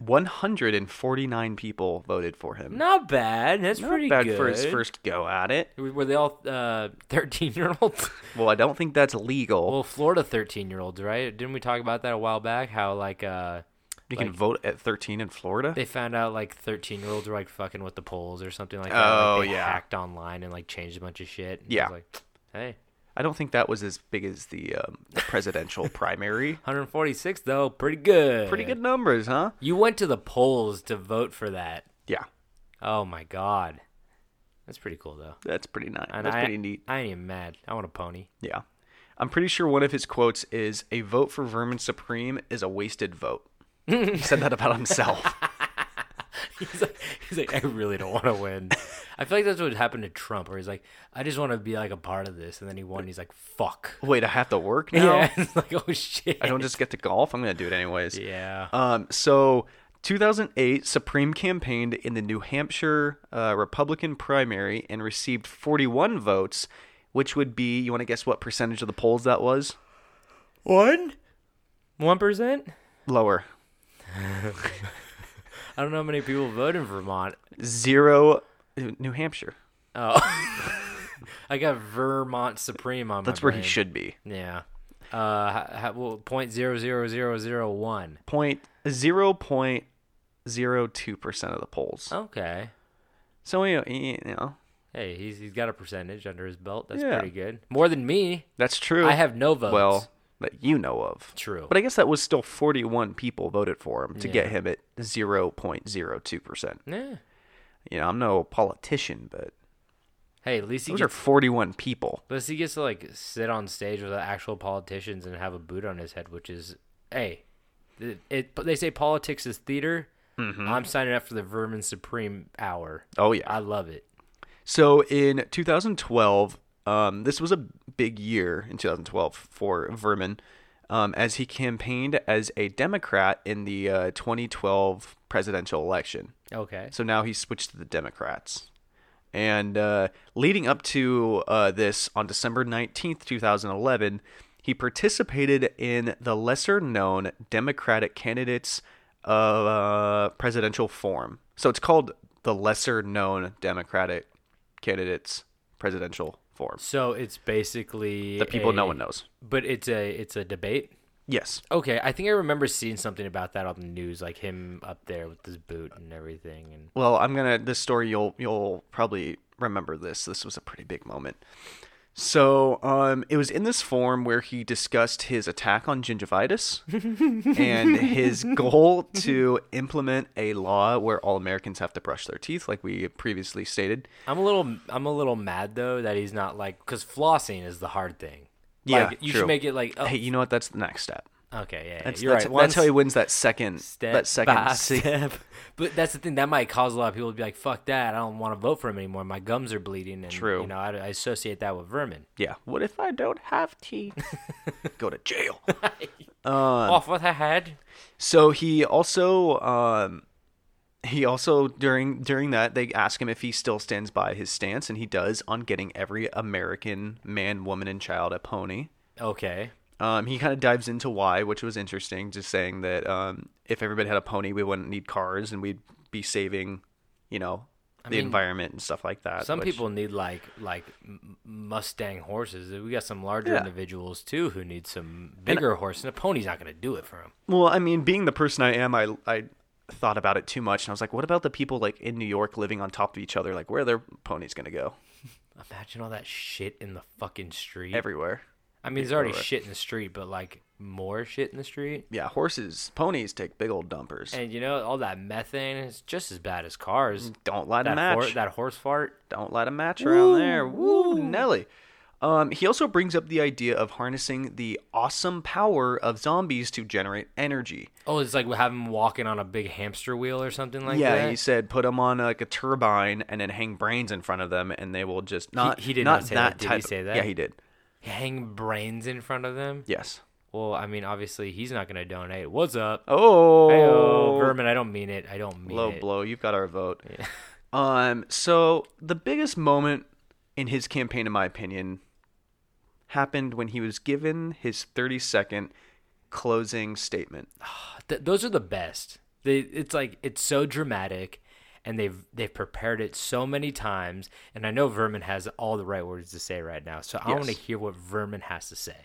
Speaker 7: 149 people voted for him.
Speaker 6: Not bad. That's
Speaker 7: Not
Speaker 6: pretty
Speaker 7: bad
Speaker 6: good.
Speaker 7: for his first go at it.
Speaker 6: Were they all uh, thirteen-year-olds?
Speaker 7: Well, I don't think that's legal.
Speaker 6: well, Florida thirteen-year-olds, right? Didn't we talk about that a while back? How like uh,
Speaker 7: you
Speaker 6: like-
Speaker 7: can vote at 13 in Florida.
Speaker 6: they found out like thirteen-year-olds were like fucking with the polls or something like that.
Speaker 7: Oh,
Speaker 6: like, they
Speaker 7: yeah.
Speaker 6: hacked online and like changed a bunch of shit. And it was
Speaker 7: Yeah.
Speaker 6: like, hey,
Speaker 7: I don't think that was as big as the um, the presidential primary.
Speaker 6: one hundred forty-six though, pretty good.
Speaker 7: Pretty good numbers, huh?
Speaker 6: You went to the polls to vote for that.
Speaker 7: Yeah,
Speaker 6: Oh my god, that's pretty cool though.
Speaker 7: that's pretty nice.
Speaker 6: And
Speaker 7: that's
Speaker 6: I,
Speaker 7: pretty neat.
Speaker 6: I ain't even mad. I want a pony.
Speaker 7: Yeah. I'm pretty sure one of his quotes is a vote for Vermin Supreme is a wasted vote. he said that about himself.
Speaker 6: He's like, he's like, I really don't want to win. I feel like that's what happened to Trump, where he's like, I just want to be like a part of this, and then he won. and he's like, fuck.
Speaker 7: Wait, I have to work now?
Speaker 6: Yeah, it's like oh shit.
Speaker 7: I don't just get to golf. I'm going to do it anyways.
Speaker 6: Yeah.
Speaker 7: Um, so 2008, Supreme campaigned in the New Hampshire uh, Republican primary and received 41 votes, which would be, you want to guess what percentage of the polls that was?
Speaker 6: One. One percent.
Speaker 7: Lower.
Speaker 6: I don't know how many people vote in Vermont. Oh.
Speaker 7: Zero. uh, New Hampshire.
Speaker 6: I got Vermont Supreme on my.
Speaker 7: That's where he
Speaker 6: brain.
Speaker 7: should be.
Speaker 6: Yeah. Uh, ha, ha, well, point zero zero zero zero one.
Speaker 7: Point zero point zero two percent of the polls.
Speaker 6: Oh. Okay.
Speaker 7: So you know, you know
Speaker 6: Hey, he's he's got a percentage under his belt. That's
Speaker 7: Yeah.
Speaker 6: pretty good. More than me.
Speaker 7: that's true.
Speaker 6: I have no votes.
Speaker 7: Well, that you know of.
Speaker 6: True.
Speaker 7: But I guess that was still 41 people voted for him to get
Speaker 6: Yeah.
Speaker 7: him at 0.02 percent.
Speaker 6: Yeah.
Speaker 7: You know, I'm no politician, but
Speaker 6: Hey, at least he
Speaker 7: those
Speaker 6: gets,
Speaker 7: are 41 people.
Speaker 6: at least he gets to like sit on stage with the actual politicians and have a boot on his head, which is hey, it. it but they say politics is theater. I'm signing up for the Vermin Supreme hour.
Speaker 7: Oh Mm-hmm. yeah.
Speaker 6: I love it.
Speaker 7: So in 2012, um, this was a big year in 2012 for Vermin, um, as he campaigned as a Democrat in the uh, 2012 presidential election.
Speaker 6: Okay.
Speaker 7: So now he switched to the Democrats. And uh, leading up to uh, this, on December 19th, 2011, he participated in the lesser known Democratic candidates uh, presidential forum. So it's called the lesser known Democratic candidates presidential forum.
Speaker 6: So it's basically
Speaker 7: That people
Speaker 6: a-
Speaker 7: no one knows.
Speaker 6: But it's a it's a debate.
Speaker 7: Yes.
Speaker 6: Okay, I think I remember seeing something about that on the news, like him up there with his boot and everything. And
Speaker 7: Well, I'm gonna this story you'll you'll probably remember this. This was a pretty big moment. So, um, it was in this forum where he discussed his attack on gingivitis and his goal to implement a law where all Americans have to brush their teeth, like we previously stated.
Speaker 6: I'm a little I'm a little mad though that he's not like because flossing is the hard thing.
Speaker 7: Yeah,
Speaker 6: like, you
Speaker 7: true.
Speaker 6: should make it like oh,
Speaker 7: Hey, you know what? That's the next step.
Speaker 6: okay, yeah, yeah,
Speaker 7: That's,
Speaker 6: you're
Speaker 7: that's,
Speaker 6: right.
Speaker 7: that's how he wins that second
Speaker 6: step
Speaker 7: that
Speaker 6: by
Speaker 7: second se-
Speaker 6: step. But that's the thing that might cause a lot of people to be like, "Fuck that! I don't want to vote for him anymore. My gums are bleeding." And,
Speaker 7: True.
Speaker 6: You know, I, I associate that with vermin.
Speaker 7: Yeah. What if I don't have teeth? Go to jail.
Speaker 6: Off with a head.
Speaker 7: So he also um he also during during that they ask him if he still stands by his stance and he does on getting every American man, woman and child a pony.
Speaker 6: Okay.
Speaker 7: Um, he kind of dives into why, which was interesting, just saying that um, if everybody had a pony, we wouldn't need cars and we'd be saving, you know, the
Speaker 6: mean,
Speaker 7: environment and stuff like that.
Speaker 6: Some
Speaker 7: which-
Speaker 6: people need like like m- Mustang horses. We got some larger
Speaker 7: Yeah.
Speaker 6: individuals too who need some bigger horse, and a pony's not going to do it for them.
Speaker 7: Well, I mean, being the person I am, I I thought about it too much, and I was like, what about the people like in New York living on top of each other? Like, where are their ponies gonna go?
Speaker 6: Imagine all that shit in the fucking street.
Speaker 7: Everywhere.
Speaker 6: I mean, there's already shit in the street, but like more shit in the street.
Speaker 7: Yeah, horses, ponies take big old dumpers.
Speaker 6: And you know, all that methane is just as bad as cars.
Speaker 7: Mm, don't light a
Speaker 6: That,
Speaker 7: match.
Speaker 6: hor- that horse fart.
Speaker 7: Don't light a match around there. Woo, Nelly. Um, he also brings up the idea of harnessing the awesome power of zombies to generate energy.
Speaker 6: Oh, it's like having him walking on a big hamster wheel or something like
Speaker 7: yeah,
Speaker 6: that.
Speaker 7: he said put them on like a turbine and then hang brains in front of them, and they will just not.
Speaker 6: he did
Speaker 7: not,
Speaker 6: not say
Speaker 7: that.
Speaker 6: that. Did he
Speaker 7: type of-
Speaker 6: say that?
Speaker 7: Yeah, he did.
Speaker 6: Hang brains in front of them.
Speaker 7: Yes.
Speaker 6: Well, I mean, obviously he's not going to donate. What's up?
Speaker 7: Oh,
Speaker 6: Heyo, Vermin, I don't mean it. I don't mean
Speaker 7: low
Speaker 6: it.
Speaker 7: blow. You've got our vote. Um, so the biggest moment in his campaign, in my opinion, happened when he was given his 30 second closing statement.
Speaker 6: Th- those are the best. They it's like it's so dramatic and they've they've prepared it so many times and I know Vermin has all the right words to say right now. So I want to
Speaker 7: Yes.
Speaker 6: hear what Vermin has to say.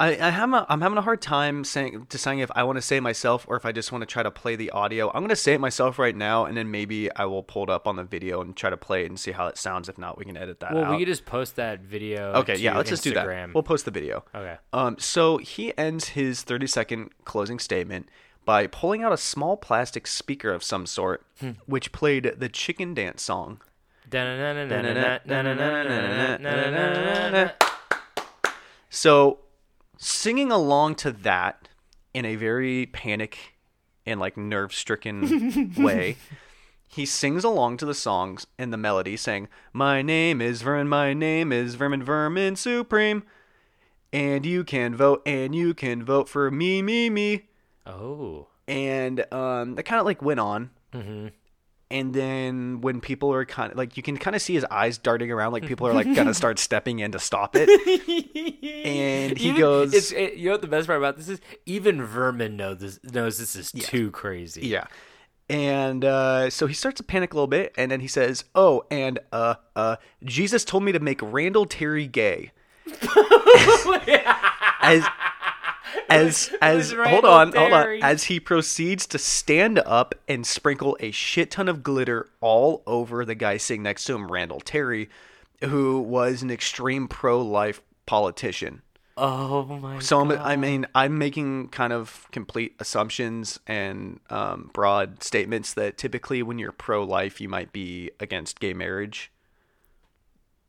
Speaker 7: I, I have a, I'm having a hard time saying deciding if I want to say it myself or if I just want to try to play the audio. I'm gonna say it myself right now, and then maybe I will pull it up on the video and try to play it and see how it sounds. If not, we can edit that
Speaker 6: Well,
Speaker 7: out.
Speaker 6: we could just post that video.
Speaker 7: okay,
Speaker 6: to
Speaker 7: yeah, let's just do that.
Speaker 6: Instagram.
Speaker 7: We'll post the video.
Speaker 6: Okay.
Speaker 7: Um, so he ends his 30 second closing statement by pulling out a small plastic speaker of some sort, which played the chicken dance song. So, singing along to that in a very panic and like nerve stricken way, he sings along to the songs and the melody, saying, My name is Vermin, my name is Vermin, Vermin Supreme. And you can vote, and you can vote for me, me, me.
Speaker 6: Oh.
Speaker 7: And um, that kind of like went on.
Speaker 6: Mm-hmm.
Speaker 7: And then when people are kind of like, you can kind of see his eyes darting around, like people are like gonna start stepping in to stop it. and he
Speaker 6: Even-
Speaker 7: goes,
Speaker 6: It's, it, you know what the best part about this is? Even Vermin knows this, knows this is too crazy.
Speaker 7: Yeah. And uh, so he starts to panic a little bit, and then he says, "Oh, and uh, uh, Jesus told me to make Randall Terry gay." as as as hold
Speaker 6: Randall
Speaker 7: on, hold
Speaker 6: Terry.
Speaker 7: on. As he proceeds to stand up and sprinkle a shit ton of glitter all over the guy sitting next to him, Randall Terry, who was an extreme pro-life politician.
Speaker 6: Oh my.
Speaker 7: So I'm, I mean, I'm making kind of complete assumptions and um, broad statements that typically, when you're pro-life, you might be against gay marriage.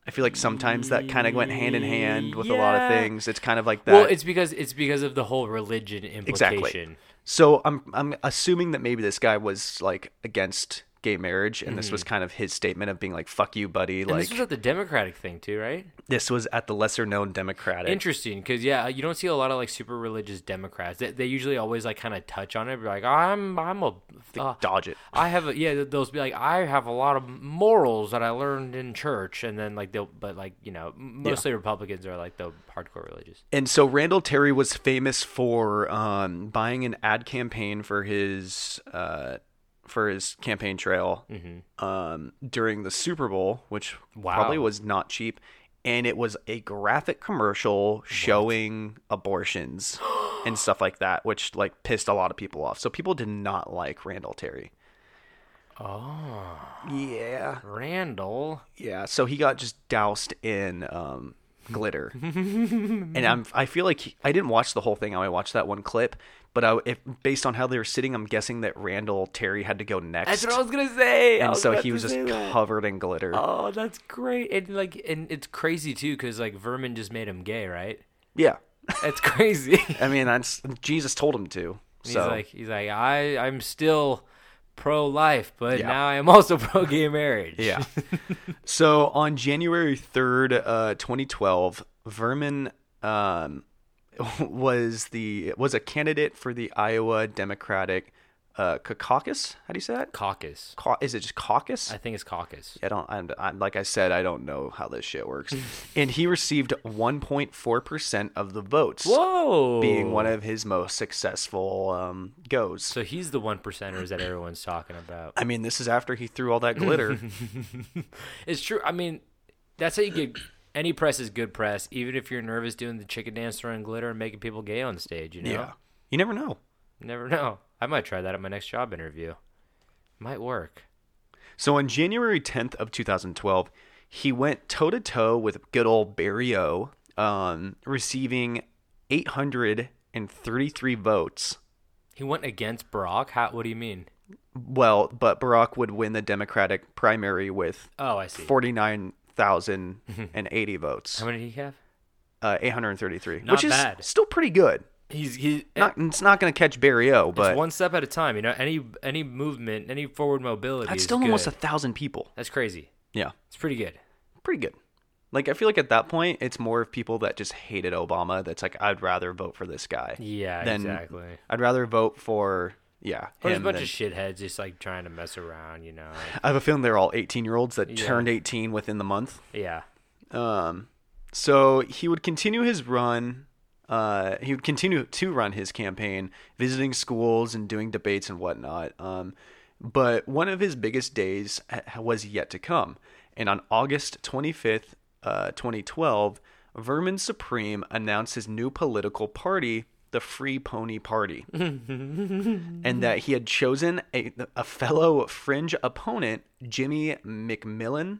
Speaker 7: I feel like sometimes that kind of went hand in hand with a lot
Speaker 6: Yeah.
Speaker 7: of things. It's kind of like that.
Speaker 6: Well, it's because it's because of the whole religion implication.
Speaker 7: exactly. So I'm I'm assuming that maybe this guy was like against gay marriage, and this was kind of his statement of being like "fuck you, buddy."
Speaker 6: Mm-hmm. And
Speaker 7: like
Speaker 6: this was at the Democratic thing too, right?
Speaker 7: at the lesser known Democratic.
Speaker 6: Interesting, because yeah, you don't see a lot of like super religious Democrats. They, they usually always like kind of touch on it, be like, I'm I'm a uh,
Speaker 7: dodge it.
Speaker 6: I have a, yeah, th- those be like I have a lot of morals that I learned in church, and then like they'll but like you know m- mostly Republicans are like the hardcore religious.
Speaker 7: And so Randall Terry was famous for um, buying an ad campaign for his uh, for his campaign trail um, during the Super Bowl, which
Speaker 6: Wow.
Speaker 7: probably was not cheap. And it was a graphic commercial showing abortions and stuff like that, which like pissed a lot of people off. So people did not like Randall Terry. Oh. Yeah.
Speaker 6: Randall,
Speaker 7: Yeah, so he got just doused in um, glitter, and I'm I feel like he- I didn't watch the whole thing. I only watched that one clip, but I, if based on how they were sitting, I'm guessing that Randall Terry had to go next.
Speaker 6: that's what I was gonna say. I
Speaker 7: and so
Speaker 6: about
Speaker 7: he
Speaker 6: to
Speaker 7: was just
Speaker 6: say that.
Speaker 7: covered in glitter.
Speaker 6: oh, that's great, and like and it's crazy too, because like Vermin just made him gay, right?
Speaker 7: Yeah,
Speaker 6: That's crazy.
Speaker 7: I mean that's Jesus told him to.
Speaker 6: He's
Speaker 7: So
Speaker 6: like, he's like, I, I'm still pro life, but
Speaker 7: Yeah.
Speaker 6: now I am also pro gay marriage.
Speaker 7: yeah. so on January third, uh, 2012, Vermin. Um, was the was a candidate for the Iowa Democratic uh, caucus? How do you say that?
Speaker 6: Caucus.
Speaker 7: cau- is it just caucus?
Speaker 6: I think it's caucus.
Speaker 7: I don't. I'm, I'm like I said. I don't know how this shit works. and he received 1.4 percent of the votes,
Speaker 6: Whoa.
Speaker 7: being one of his most successful um, goes.
Speaker 6: So he's the one percenters that everyone's talking about.
Speaker 7: I mean, this is after he threw all that glitter.
Speaker 6: It's true. I mean, that's how you get any press is good press, even if you're nervous doing the chicken dance throwing glitter and making people gay on stage. You know,
Speaker 7: yeah, you never know.
Speaker 6: never know. I might try that at my next job interview. Might work.
Speaker 7: So on January 10th of 2012, he went toe to toe with good old Barry O, um, receiving 833 votes.
Speaker 6: He went against Brock. How, what do you mean?
Speaker 7: Well, but Barack would win the Democratic primary with
Speaker 6: Oh, I see.
Speaker 7: forty-nine thousand and eighty votes,
Speaker 6: How many did he have?
Speaker 7: uh, eight hundred thirty-three,
Speaker 6: Not
Speaker 7: which is
Speaker 6: bad.
Speaker 7: still pretty good.
Speaker 6: He's he.
Speaker 7: Not, it's not going to catch Barry O, but
Speaker 6: it's one step at a time. You know, any any movement, any forward mobility.
Speaker 7: that's
Speaker 6: is
Speaker 7: still almost a
Speaker 6: good.
Speaker 7: thousand people.
Speaker 6: That's crazy.
Speaker 7: Yeah,
Speaker 6: It's pretty good.
Speaker 7: pretty good. Like I feel like at that point, it's more of people that just hated Obama. That's like, I'd rather vote for this guy.
Speaker 6: Yeah,
Speaker 7: than-
Speaker 6: exactly.
Speaker 7: I'd rather vote for yeah.
Speaker 6: There's a
Speaker 7: him
Speaker 6: bunch
Speaker 7: than-
Speaker 6: of shitheads just like trying to mess around. You know.
Speaker 7: I have a feeling they're all eighteen-year-olds that
Speaker 6: Yeah.
Speaker 7: turned eighteen within the month.
Speaker 6: Yeah.
Speaker 7: Um, so he would continue his run Uh, he would continue to run his campaign, visiting schools and doing debates and whatnot. Um, but one of his biggest days ha- was yet to come. And on August 25th, uh, 2012, Vermin Supreme announced his new political party, the Free Pony Party and that he had chosen a, a fellow fringe opponent, Jimmy McMillan.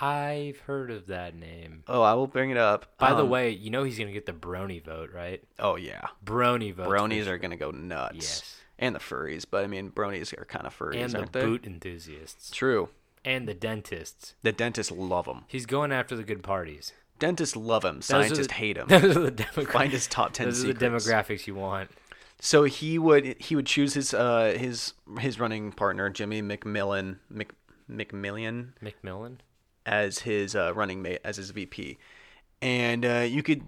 Speaker 6: I've heard of that name.
Speaker 7: Oh, I will bring it up.
Speaker 6: By the
Speaker 7: Um,
Speaker 6: way, you know he's gonna get the brony vote, right?
Speaker 7: oh yeah,
Speaker 6: Brony vote.
Speaker 7: bronies are gonna go nuts.
Speaker 6: Yes.
Speaker 7: and the furries, but I mean, bronies are kind of furries,
Speaker 6: and the
Speaker 7: aren't they?
Speaker 6: boot enthusiasts
Speaker 7: True.
Speaker 6: and the dentists.
Speaker 7: The dentists love them.
Speaker 6: He's going after the good parties.
Speaker 7: Dentists love them.
Speaker 6: Those are
Speaker 7: Scientists
Speaker 6: the,
Speaker 7: hate them.
Speaker 6: Those are the demographics.
Speaker 7: Find his top 10
Speaker 6: Those are the
Speaker 7: secrets.
Speaker 6: demographics you want.
Speaker 7: So he would he would choose his uh his his running partner Jimmy McMillan Mc, McMillian
Speaker 6: McMillan.
Speaker 7: as his uh, running mate, as his VP. And uh, you could,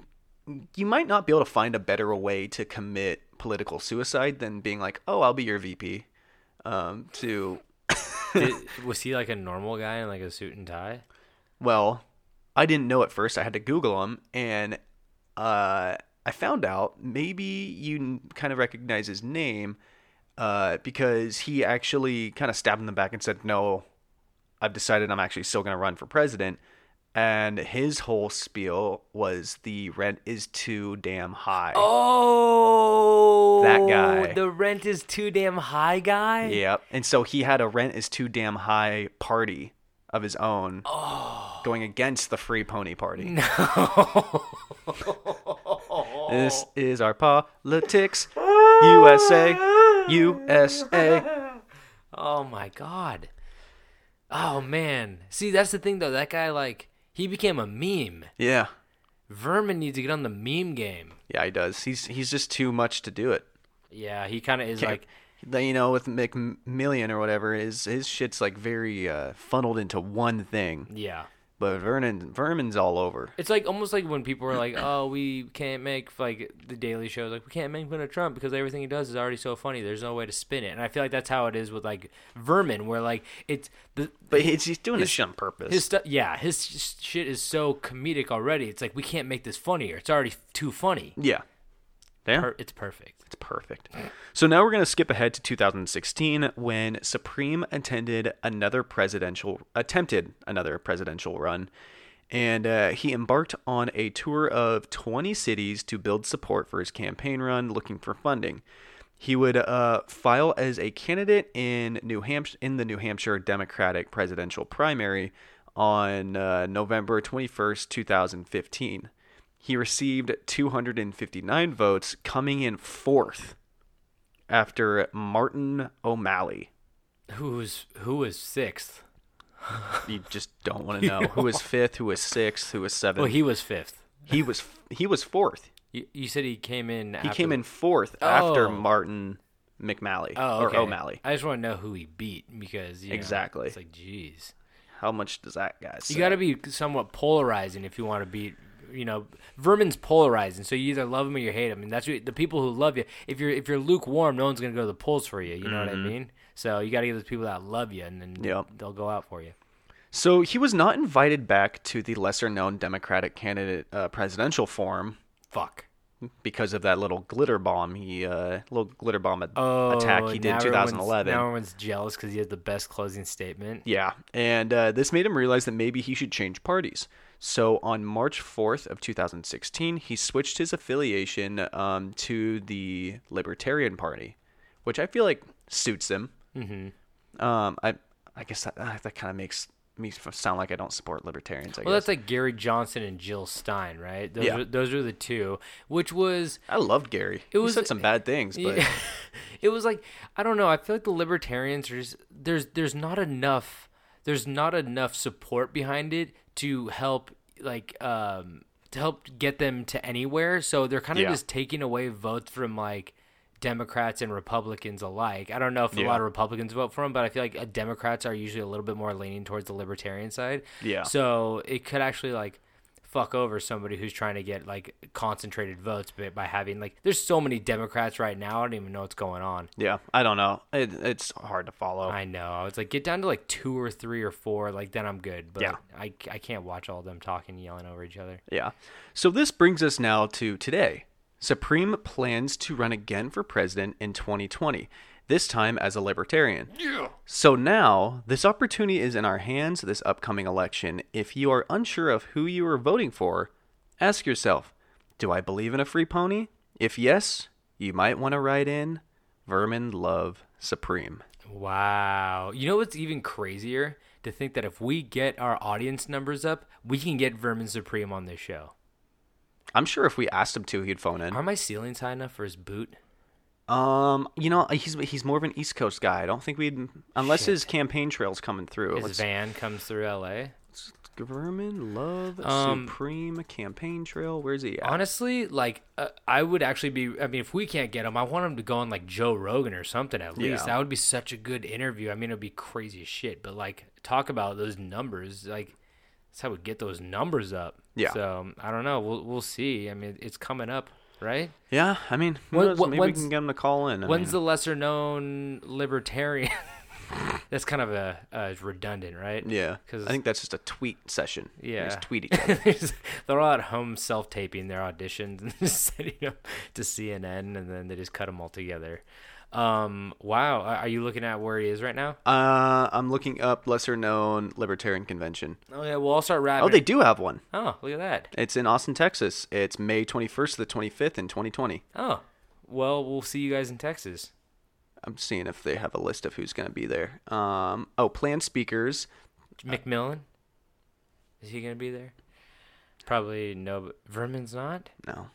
Speaker 7: you might not be able to find a better way to commit political suicide than being like, oh, I'll be your VP. Um, to,
Speaker 6: Did- was he like a normal guy in like a suit and tie?
Speaker 7: well, I didn't know at first. I had to Google him, and uh, I found out maybe you n- kind of recognize his name uh, because he actually kind of stabbed him in the back and said, no, I've decided I'm actually still going to run for president. And his whole spiel was the rent is too damn high.
Speaker 6: Oh,
Speaker 7: That guy.
Speaker 6: The rent is too damn high, guy.
Speaker 7: Yep. And so he had a rent is too damn high party of his own going against the free pony party. this is our politics. USA. USA.
Speaker 6: Oh my god. Oh man. See, that's the thing though. That guy, like, he became a meme.
Speaker 7: Yeah.
Speaker 6: Vermin needs to get on the meme game.
Speaker 7: Yeah, he does. He's he's just too much to do it.
Speaker 6: Yeah, he kind of is like.
Speaker 7: like you know with McMillian or whatever is his shit's like very uh, funneled into one thing
Speaker 6: Yeah.
Speaker 7: but Vernon Vermin's all over
Speaker 6: It's like almost like when people are like, "Oh, we can't make like the Daily Show. Like, we can't make fun of Trump because everything he does is already so funny. There's no way to spin it." And I feel like that's how it is with like Vermin, where like it's the
Speaker 7: but he's, he's doing
Speaker 6: his-
Speaker 7: this shit on purpose
Speaker 6: his stuff. Yeah, his sh- shit is so comedic already. It's like we can't make this funnier. It's already too funny.
Speaker 7: yeah yeah
Speaker 6: Per- it's perfect.
Speaker 7: it's perfect so now we're going to skip ahead to 2016 when Supreme attended another presidential attempted another presidential run and uh, he embarked on a tour of 20 cities to build support for his campaign run looking for funding He would uh, file as a candidate in New Hampshire in the New Hampshire Democratic presidential primary on uh, November 21st, 2015. He received 259 votes, coming in fourth after Martin O'Malley.
Speaker 6: Who was who was sixth?
Speaker 7: You just don't want to know who was fifth, who was sixth, who was seventh.
Speaker 6: Well, he was fifth.
Speaker 7: he was he was fourth.
Speaker 6: You, you said he came in.
Speaker 7: He came in fourth after
Speaker 6: Oh.
Speaker 7: Martin McMalley
Speaker 6: Oh, okay.
Speaker 7: or O'Malley.
Speaker 6: I just want to know who he beat because you know,
Speaker 7: Exactly.
Speaker 6: it's like, jeez.
Speaker 7: How much does that guy?
Speaker 6: You
Speaker 7: say?
Speaker 6: got to be somewhat polarizing if you want to be, you know, Vermin's polarizing. So you either love him or you hate him, and that's what, the people who love you. If you're if you're lukewarm, no one's gonna go to the polls for you. You know what I mean? So you got to get those people that love you, and then
Speaker 7: Mm-hmm. Yep.
Speaker 6: they'll go out for you.
Speaker 7: So he was not invited back to the lesser known Democratic candidate uh, presidential forum
Speaker 6: Fuck.
Speaker 7: because of that little glitter bomb he uh, little glitter bomb a-
Speaker 6: Oh,
Speaker 7: attack he did
Speaker 6: now
Speaker 7: in
Speaker 6: everyone's-
Speaker 7: 2011.
Speaker 6: Now everyone's jealous because he had the best closing statement.
Speaker 7: Yeah, and uh, this made him realize that maybe he should change parties. So on March 4th of 2016, he switched his affiliation um, to the Libertarian Party, which I feel like suits him. Mm-hmm. Um, I I guess that uh, that kind of makes me f- sound like I don't support libertarians. I
Speaker 6: Well,
Speaker 7: guess
Speaker 6: that's like Gary Johnson and Jill Stein, right? Those
Speaker 7: Yeah.
Speaker 6: are, those are the two, which was
Speaker 7: I loved Gary. It
Speaker 6: was-
Speaker 7: he said some bad things, but
Speaker 6: Yeah. it was like I don't know. I feel like the libertarians are just there's there's not enough there's not enough support behind it to help like um to help get them to anywhere. So they're kind of
Speaker 7: Yeah.
Speaker 6: just taking away votes from like Democrats and Republicans alike. I don't know if a
Speaker 7: Yeah.
Speaker 6: lot of Republicans vote for him, but I feel like uh, Democrats are usually a little bit more leaning towards the libertarian side.
Speaker 7: Yeah.
Speaker 6: So it could actually like fuck over somebody who's trying to get like concentrated votes by, by having like there's so many Democrats right now. I don't even know what's going on.
Speaker 7: yeah, I don't know. It, it's hard to follow.
Speaker 6: I know. I was like, get down to like two or three or four, like then I'm good. But
Speaker 7: Yeah.
Speaker 6: I, I can't watch all of them talking, yelling over each other.
Speaker 7: Yeah. So this brings us now to today, Supreme plans to run again for president in 2020, this time as a libertarian. So now, this opportunity is in our hands this upcoming election. If you are unsure of who you are voting for, ask yourself Do I believe in a free pony? If yes, you might want to write in Vermin Love Supreme.
Speaker 6: Wow. You know what's even crazier? To think that if we get our audience numbers up, we can get Vermin Supreme on this show.
Speaker 7: I'm sure if we asked him to, he'd phone in.
Speaker 6: Are my ceilings high enough for his boot?
Speaker 7: Um, you know, he's he's more of an East Coast guy. I don't think we'd unless his campaign trail's coming through.
Speaker 6: His
Speaker 7: Let's-
Speaker 6: van comes through LA.
Speaker 7: Vermin Love
Speaker 6: Um,
Speaker 7: Supreme campaign trail. Where's he at?
Speaker 6: Honestly, like uh, I would actually be. I mean, if we can't get him, I want him to go on like Joe Rogan or something at least.
Speaker 7: Yeah.
Speaker 6: That would be such a good interview. I mean, it'd be crazy as shit, but like talk about those numbers. Like that's how we get those numbers up.
Speaker 7: Yeah.
Speaker 6: So um, I don't know. We'll we'll see. I mean, it's coming up, right?
Speaker 7: yeah, I mean, who
Speaker 6: When-
Speaker 7: knows?
Speaker 6: when-
Speaker 7: maybe we
Speaker 6: when's-
Speaker 7: can get him to call in. I
Speaker 6: When's
Speaker 7: mean,
Speaker 6: the lesser known libertarian? that's kind of a uh, redundant, right?
Speaker 7: yeah?
Speaker 6: Because
Speaker 7: I think that's just a tweet session. They
Speaker 6: Yeah.
Speaker 7: just tweet each other.
Speaker 6: they're all at home self taping their auditions and just sending them to CNN, and then they just cut them all together. Um, wow, are are you looking at where he is right now?
Speaker 7: uh, I'm looking up lesser known libertarian convention.
Speaker 6: Oh yeah, well I'll start
Speaker 7: Oh,
Speaker 6: wrapping.
Speaker 7: they do have one.
Speaker 6: Oh, look at that.
Speaker 7: It's in Austin, Texas. It's May 21st to the 25th in 2020.
Speaker 6: Oh, well we'll see you guys in Texas.
Speaker 7: I'm seeing if they have a list of who's going to be there. Um, oh, planned speakers.
Speaker 6: Uh, McMillan, is he gonna be there? Probably no. But Vermin's not.
Speaker 7: No.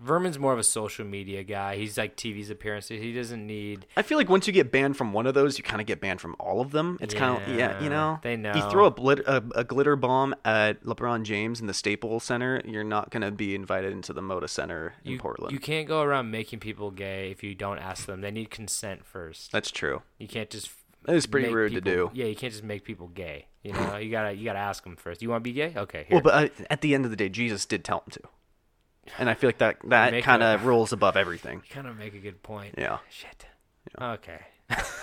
Speaker 6: Vermin's more of a social media guy. He's like TV's appearances. He doesn't need
Speaker 7: I feel like once you get banned from one of those, you kind of get banned from all of them. It's kind of yeah,
Speaker 6: Yeah,
Speaker 7: you know.
Speaker 6: they know.
Speaker 7: You throw a, blit- a, a glitter bomb at LeBron James in the Staples Center, you're not gonna be invited into the Moda Center in
Speaker 6: you,
Speaker 7: Portland.
Speaker 6: You can't go around making people gay if you don't ask them. They need consent first.
Speaker 7: That's true.
Speaker 6: You can't just.
Speaker 7: It's pretty
Speaker 6: make
Speaker 7: rude to
Speaker 6: people-
Speaker 7: do.
Speaker 6: Yeah, you can't just make people gay. You know, you gotta you gotta ask them first. You want to be gay? Okay.
Speaker 7: Well,
Speaker 6: Here.
Speaker 7: but uh, at the end of the day, Jesus did tell him to, and I feel like that that
Speaker 6: Make
Speaker 7: kind
Speaker 6: a-
Speaker 7: of rules above everything.
Speaker 6: kind of make a good point.
Speaker 7: Yeah.
Speaker 6: "Ah, Shit. Okay.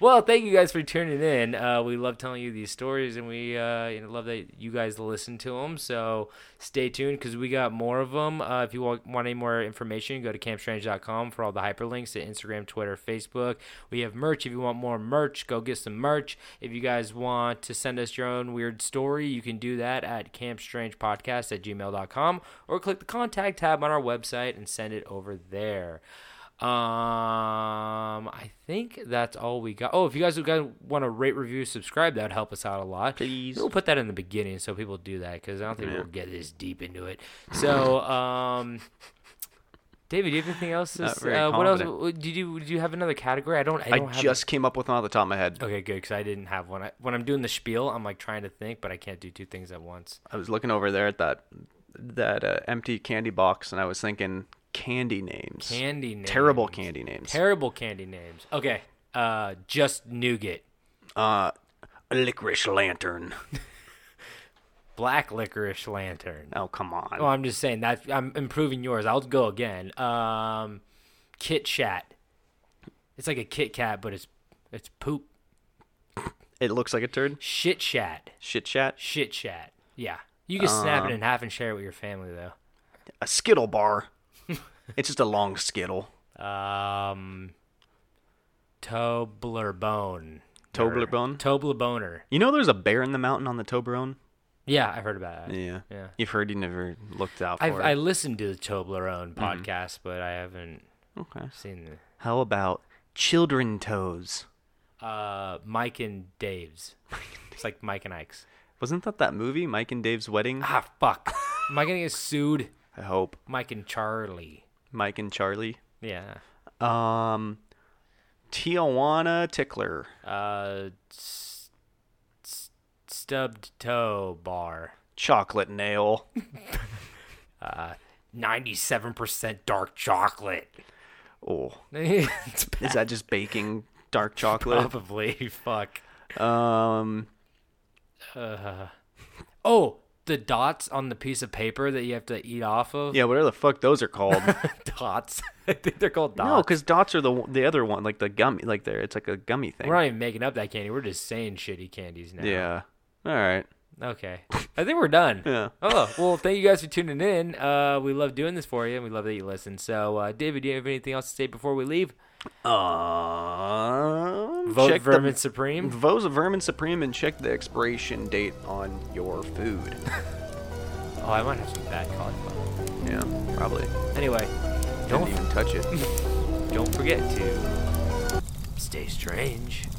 Speaker 6: well, thank you guys for tuning in. Uh, we love telling you these stories, and we uh, you know, love that you guys listen to them. So stay tuned because we got more of them. Uh, if you want, want any more information, go to campstrange.com for all the hyperlinks to Instagram, Twitter, Facebook. We have merch. If you want more merch, go get some merch. If you guys want to send us your own weird story, you can do that at campstrangepodcast at gmail.com or click the contact tab on our website and send it over there. Um, I think that's all we got. Oh, if you guys want to rate, review, subscribe, that would help us out a lot. Please, we'll put that in the beginning so people do that because I don't think we'll get this deep into it. So, um, David, do you have anything else? to
Speaker 7: Not
Speaker 6: s-
Speaker 7: very
Speaker 6: uh, what else?
Speaker 7: confident.
Speaker 6: w- Did you did you have another category? I don't. I,
Speaker 7: I,
Speaker 6: don't have
Speaker 7: just came up with one off the top of my head.
Speaker 6: Okay, good because I didn't have one. I, when I'm doing the spiel, I'm like trying to think, but I can't do two things at once.
Speaker 7: I was looking over there at that that uh, empty candy box, and I was thinking candy names,
Speaker 6: Candy names.
Speaker 7: terrible candy names,
Speaker 6: Terrible candy names. Okay, uh, just nougat,
Speaker 7: uh, licorice lantern.
Speaker 6: black licorice lantern.
Speaker 7: Oh come on.
Speaker 6: Well, I'm just saying that I'm improving yours. I'll go again. Um, Kit Chat. It's like a Kit Kat, but it's it's poop.
Speaker 7: It looks like a turd.
Speaker 6: Shit Chat.
Speaker 7: Shit chat.
Speaker 6: Shit Chat. Yeah, you can snap
Speaker 7: Um.
Speaker 6: it in half and share it with your family though.
Speaker 7: A skittle bar. it's just a long skittle.
Speaker 6: Um, Toblerone.
Speaker 7: Toblerone.
Speaker 6: Toblerboner.
Speaker 7: You know there's a bear in the mountain on the Toblerone?
Speaker 6: Yeah, I've heard about that.
Speaker 7: Yeah.
Speaker 6: Yeah.
Speaker 7: You've heard you never looked out for
Speaker 6: I've,
Speaker 7: it. Mm-hmm.
Speaker 6: I listened to the Toblerone podcast, but I haven't
Speaker 7: Okay.
Speaker 6: seen the
Speaker 7: How about children toes?
Speaker 6: uh, Mike and Dave's. It's like Mike and Ike's.
Speaker 7: Wasn't that that movie, Mike and Dave's Wedding?
Speaker 6: Ah, fuck. Am I gonna get sued?
Speaker 7: I hope.
Speaker 6: Mike and Charlie.
Speaker 7: Mike and Charlie.
Speaker 6: Yeah.
Speaker 7: Um, Tijuana Tickler.
Speaker 6: Uh, s- s- stubbed toe bar.
Speaker 7: Chocolate nail.
Speaker 6: 97% dark chocolate.
Speaker 7: Oh.
Speaker 6: it's
Speaker 7: Is that just baking dark chocolate?
Speaker 6: probably fuck.
Speaker 7: Um,
Speaker 6: Oh, the dots on the piece of paper that you have to eat off of.
Speaker 7: yeah, whatever the fuck those are called.
Speaker 6: Dots. I think they're called dots.
Speaker 7: No, because dots are the the other one, like the gummy, like there. It's like a gummy thing.
Speaker 6: we're not even making up that candy. We're just saying shitty candies now.
Speaker 7: Yeah. All right.
Speaker 6: Okay. I think we're done.
Speaker 7: Yeah.
Speaker 6: Oh, well, thank you guys for tuning in. Uh, we love doing this for you, and we love that you listen. So, uh, David, do you have anything else to say before we leave?
Speaker 7: Um,
Speaker 6: Vote
Speaker 7: check the-
Speaker 6: Vermin Supreme.
Speaker 7: Vote Vermin Supreme and check the expiration date on your food.
Speaker 6: Oh, I might have some bad cauliflower.
Speaker 7: Yeah, probably.
Speaker 6: Anyway,
Speaker 7: Don't
Speaker 6: don't
Speaker 7: even touch it.
Speaker 6: don't forget to stay strange.